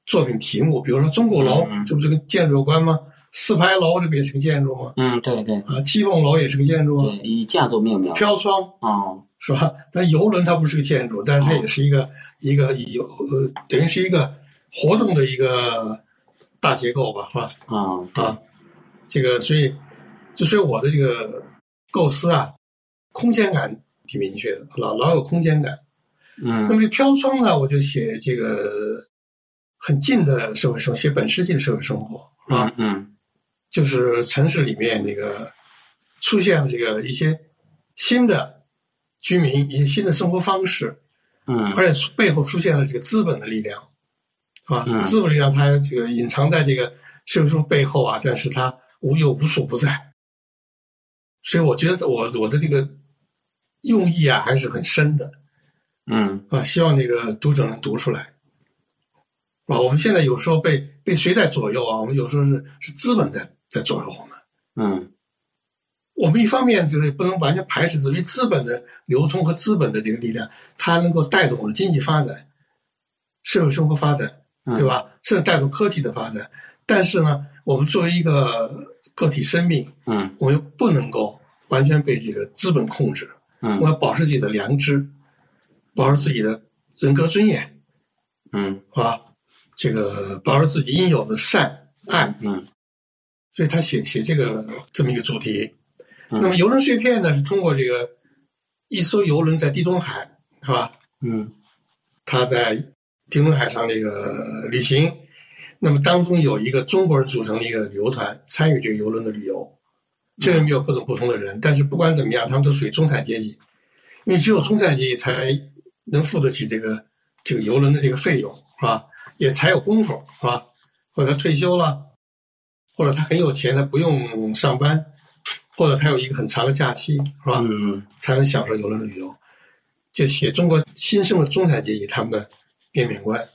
B: 作品题目，比如说钟鼓楼
A: 嗯，
B: 这不就跟建筑有关吗？四牌楼这不也是个建筑吗？
A: 嗯，对对
B: 啊，七凤楼也是个建筑
A: 对
B: 啊，，
A: 以建筑命名。
B: 飘窗
A: 哦，
B: 是吧？但游轮它不是个建筑，但是它也是一个、一个有呃，等于是一个活动的一个大结构吧，是吧？
A: 哦，对，
B: 啊，这个所以，就所以我的这个构思啊，空间感挺明确的，老老有空间感。那
A: 嗯
B: 么这飘窗呢，我就写这个很近的社会生活，写本世纪的社会生活啊，
A: 嗯嗯
B: 就是城市里面那个出现了这个一些新的居民，一些新的生活方式，
A: 嗯
B: 而且背后出现了这个资本的力量，啊，
A: 嗯
B: 资本力量它这个隐藏在这个社会生活背后啊，但是它无有无所不在。所以我觉得我我的这个用意啊还是很深的。
A: 嗯
B: 啊，希望那个读者能读出来。啊，我们现在有时候被被谁在左右啊？我们有时候是是资本在在左右我们。
A: 嗯
B: 我们一方面就是不能完全排斥资本，因为资本的流通和资本的这个力量，它能够带动我们的经济发展、社会生活发展，
A: 嗯
B: 对吧？甚至带动科技的发展。但是呢，我们作为一个个体生命，
A: 嗯
B: 我们又不能够完全被这个资本控制。我
A: 嗯
B: 要保持自己的良知，保持自己的人格尊严。
A: 嗯
B: 啊，这个保持自己应有的善爱，
A: 嗯
B: 所以他写写这个这么一个主题。
A: 嗯
B: 那么游轮碎片呢，是通过这个一艘游轮在地中海，是吧？
A: 嗯
B: 他在地中海上这个旅行，那么当中有一个中国人组成的一个旅游团参与这个游轮的旅游，这里面有各种不同的人，但是不管怎么样，他们都属于中产阶级，因为只有中产阶级才能付得起这个这个游轮的这个费用，是吧？也才有功夫，是吧？或者他退休了，或者他很有钱，他不用上班，或者他有一个很长的假期，是吧？
A: 嗯
B: 才能享受游轮旅游。就写中国新生的中产阶级他们的面面观。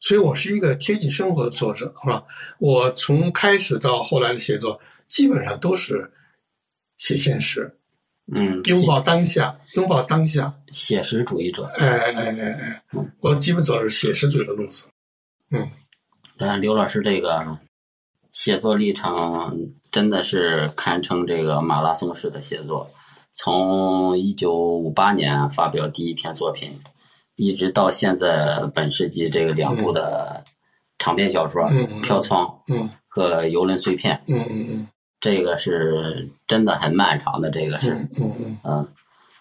B: 所以我是一个贴近生活的作者，是吧？我从开始到后来的写作，基本上都是写现实，
A: 嗯，
B: 拥抱当下，拥抱当下。
A: 写实主义者。
B: 哎哎哎哎哎，我基本走的是写实主义的路子。
A: 但刘老师这个写作历程真的是堪称这个马拉松式的写作，从一九五八年发表第一篇作品，一直到现在本世纪这个两部的长篇小说
B: 嗯
A: 《飘窗》
B: 嗯
A: 和《游轮碎片》，
B: 嗯嗯
A: 这个是真的很漫长的，这个是。
B: 嗯嗯嗯。
A: 嗯，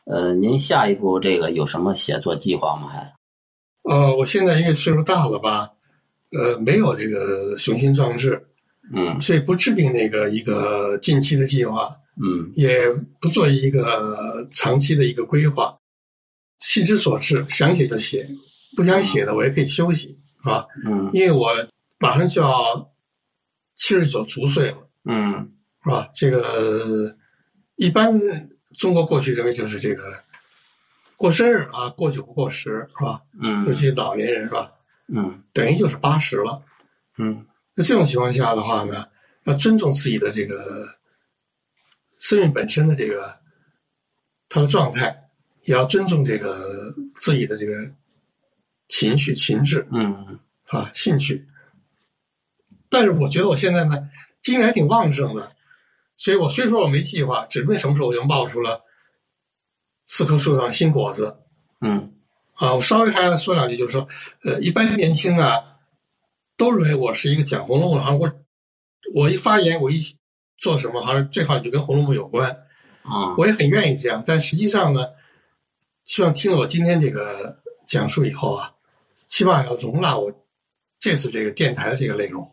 A: 呃，您下一步这个有什么写作计划吗？还？
B: 呃，我现在因为岁数大了吧，呃，没有这个雄心壮志，
A: 嗯
B: 所以不制定那个一个近期的计划，
A: 嗯
B: 也不做一个长期的一个规划，心之所至，想写就写，不想写的我也可以休息，是吧？
A: 嗯
B: 因为我马上就要七十九足岁了，
A: 嗯
B: 是吧？这个一般中国过去认为就是这个过生日啊，过九不过十，是吧？尤
A: 嗯
B: 其老年人是吧，
A: 嗯
B: 等于就是八十了。
A: 嗯
B: 那这种情况下的话呢，要尊重自己的这个生命本身的这个他的状态，也要尊重这个自己的这个情绪、情志
A: 嗯
B: 啊、兴趣。但是我觉得我现在呢，精力还挺旺盛的，所以我虽说我没计划，指不定什么时候我就冒出了四棵树上的新果子。
A: 嗯
B: 啊，我稍微还要说两句，就是说，呃，一般年轻啊，都认为我是一个讲《红楼梦》，好像我我一发言，我一做什么，好像最好就跟《红楼梦》有关。
A: 啊
B: 我也很愿意这样，但实际上呢，希望听了我今天这个讲述以后啊，起码要容纳我这次这个电台的这个内容，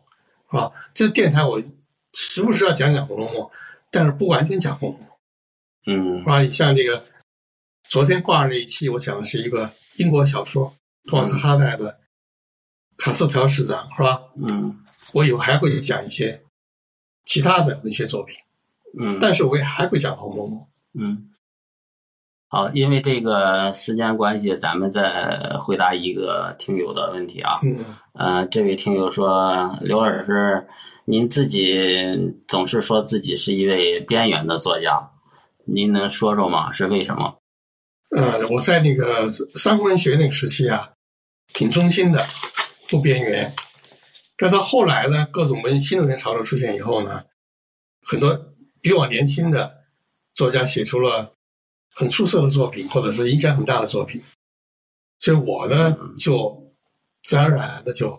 B: 是吧？这电台我时不时要讲讲《红楼梦》，但是不完全讲《红楼梦》。
A: 嗯
B: 啊，你像这个昨天挂上那一期，我讲的是一个英国小说，托尔斯哈代的《卡斯特劳市长》，是吧？
A: 嗯
B: 我以后还会讲一些其他的文学作品，
A: 嗯。
B: 但是我也还会讲《红楼梦》。
A: 嗯，好，因为这个时间关系，咱们再回答一个听友的问题啊。
B: 嗯，
A: 呃，这位听友说，刘老师，您自己总是说自己是一位边缘的作家，您能说说吗？是为什么？
B: 呃，我在那个三国文学那个时期啊，挺中心的，不边缘。但到后来呢，各种文新的文学潮流出现以后呢，很多比我年轻的作家写出了很出色的作品，或者说影响很大的作品。所以我呢，就自然而然的就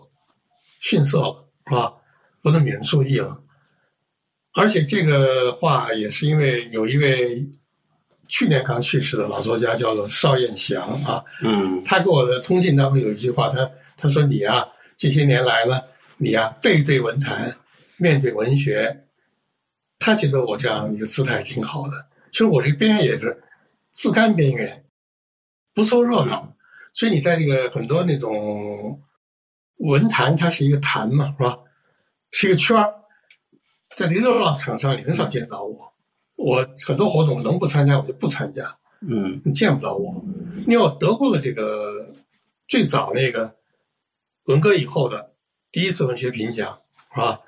B: 逊色了，是吧？不那么引人注意了。而且这个话也是因为有一位去年刚去世的老作家叫做邵燕祥啊，
A: 嗯
B: 他给我的通信当中有一句话，他他说你啊，这些年来呢，你啊背对文坛，面对文学，他觉得我这样一个姿态挺好的。其实我这个边缘也是自甘边缘，不凑热闹，所以你在这个很多那种文坛，它是一个坛嘛，是吧？是一个圈儿，在这个热闹场上，你很少见到我。我很多活动我能不参加我就不参加，
A: 嗯
B: 你见不到我。因为我得过了这个最早那个文革以后的第一次文学评奖，是吧？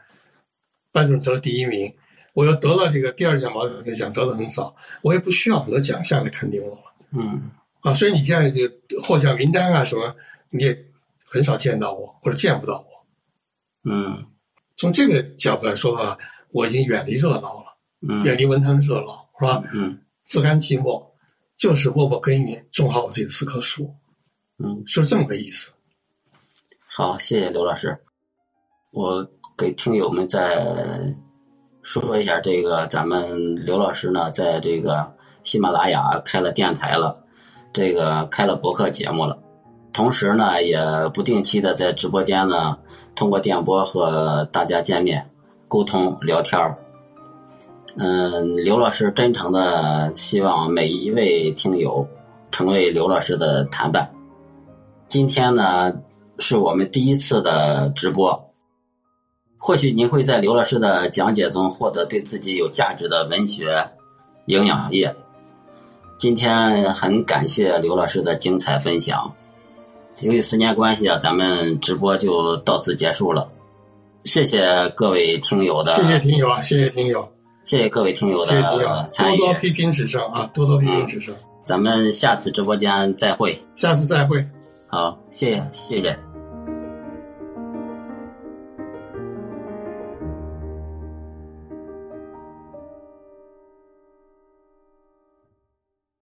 B: 班主任得了第一名，我又得了这个第二届毛主席奖，得的很早，我也不需要很多奖项来肯定我了
A: 嗯
B: 啊。所以你现在这个获奖名单啊什么，你也很少见到我，或者见不到我。
A: 嗯
B: 从这个角度来说的话，我已经远离热闹了，
A: 嗯
B: 远离文坛的热闹，是吧？
A: 嗯
B: 自甘寂寞，就是默默耕耘，种好我自己的四棵树，
A: 嗯，
B: 是这么个意思。
A: 好，谢谢刘老师。我给听友们再说一下，这个咱们刘老师呢，在这个喜马拉雅开了电台了，这个开了博客节目了，同时呢，也不定期的在直播间呢，通过电波和大家见面、沟通、聊天儿。嗯，刘老师真诚的希望每一位听友成为刘老师的谈伴。今天呢，是我们第一次的直播。或许您会在刘老师的讲解中获得对自己有价值的文学营养液。今天很感谢刘老师的精彩分享。由于时间关系啊，咱们直播就到此结束了。谢谢各位听友的，
B: 谢谢听友啊，谢谢听友，
A: 谢谢各位听友
B: 谢谢听友
A: 的，参
B: 多
A: 与，
B: 多批评指正啊，多多批评指正。
A: 咱们下次直播间再会。
B: 下次再会。
A: 好，谢谢谢谢。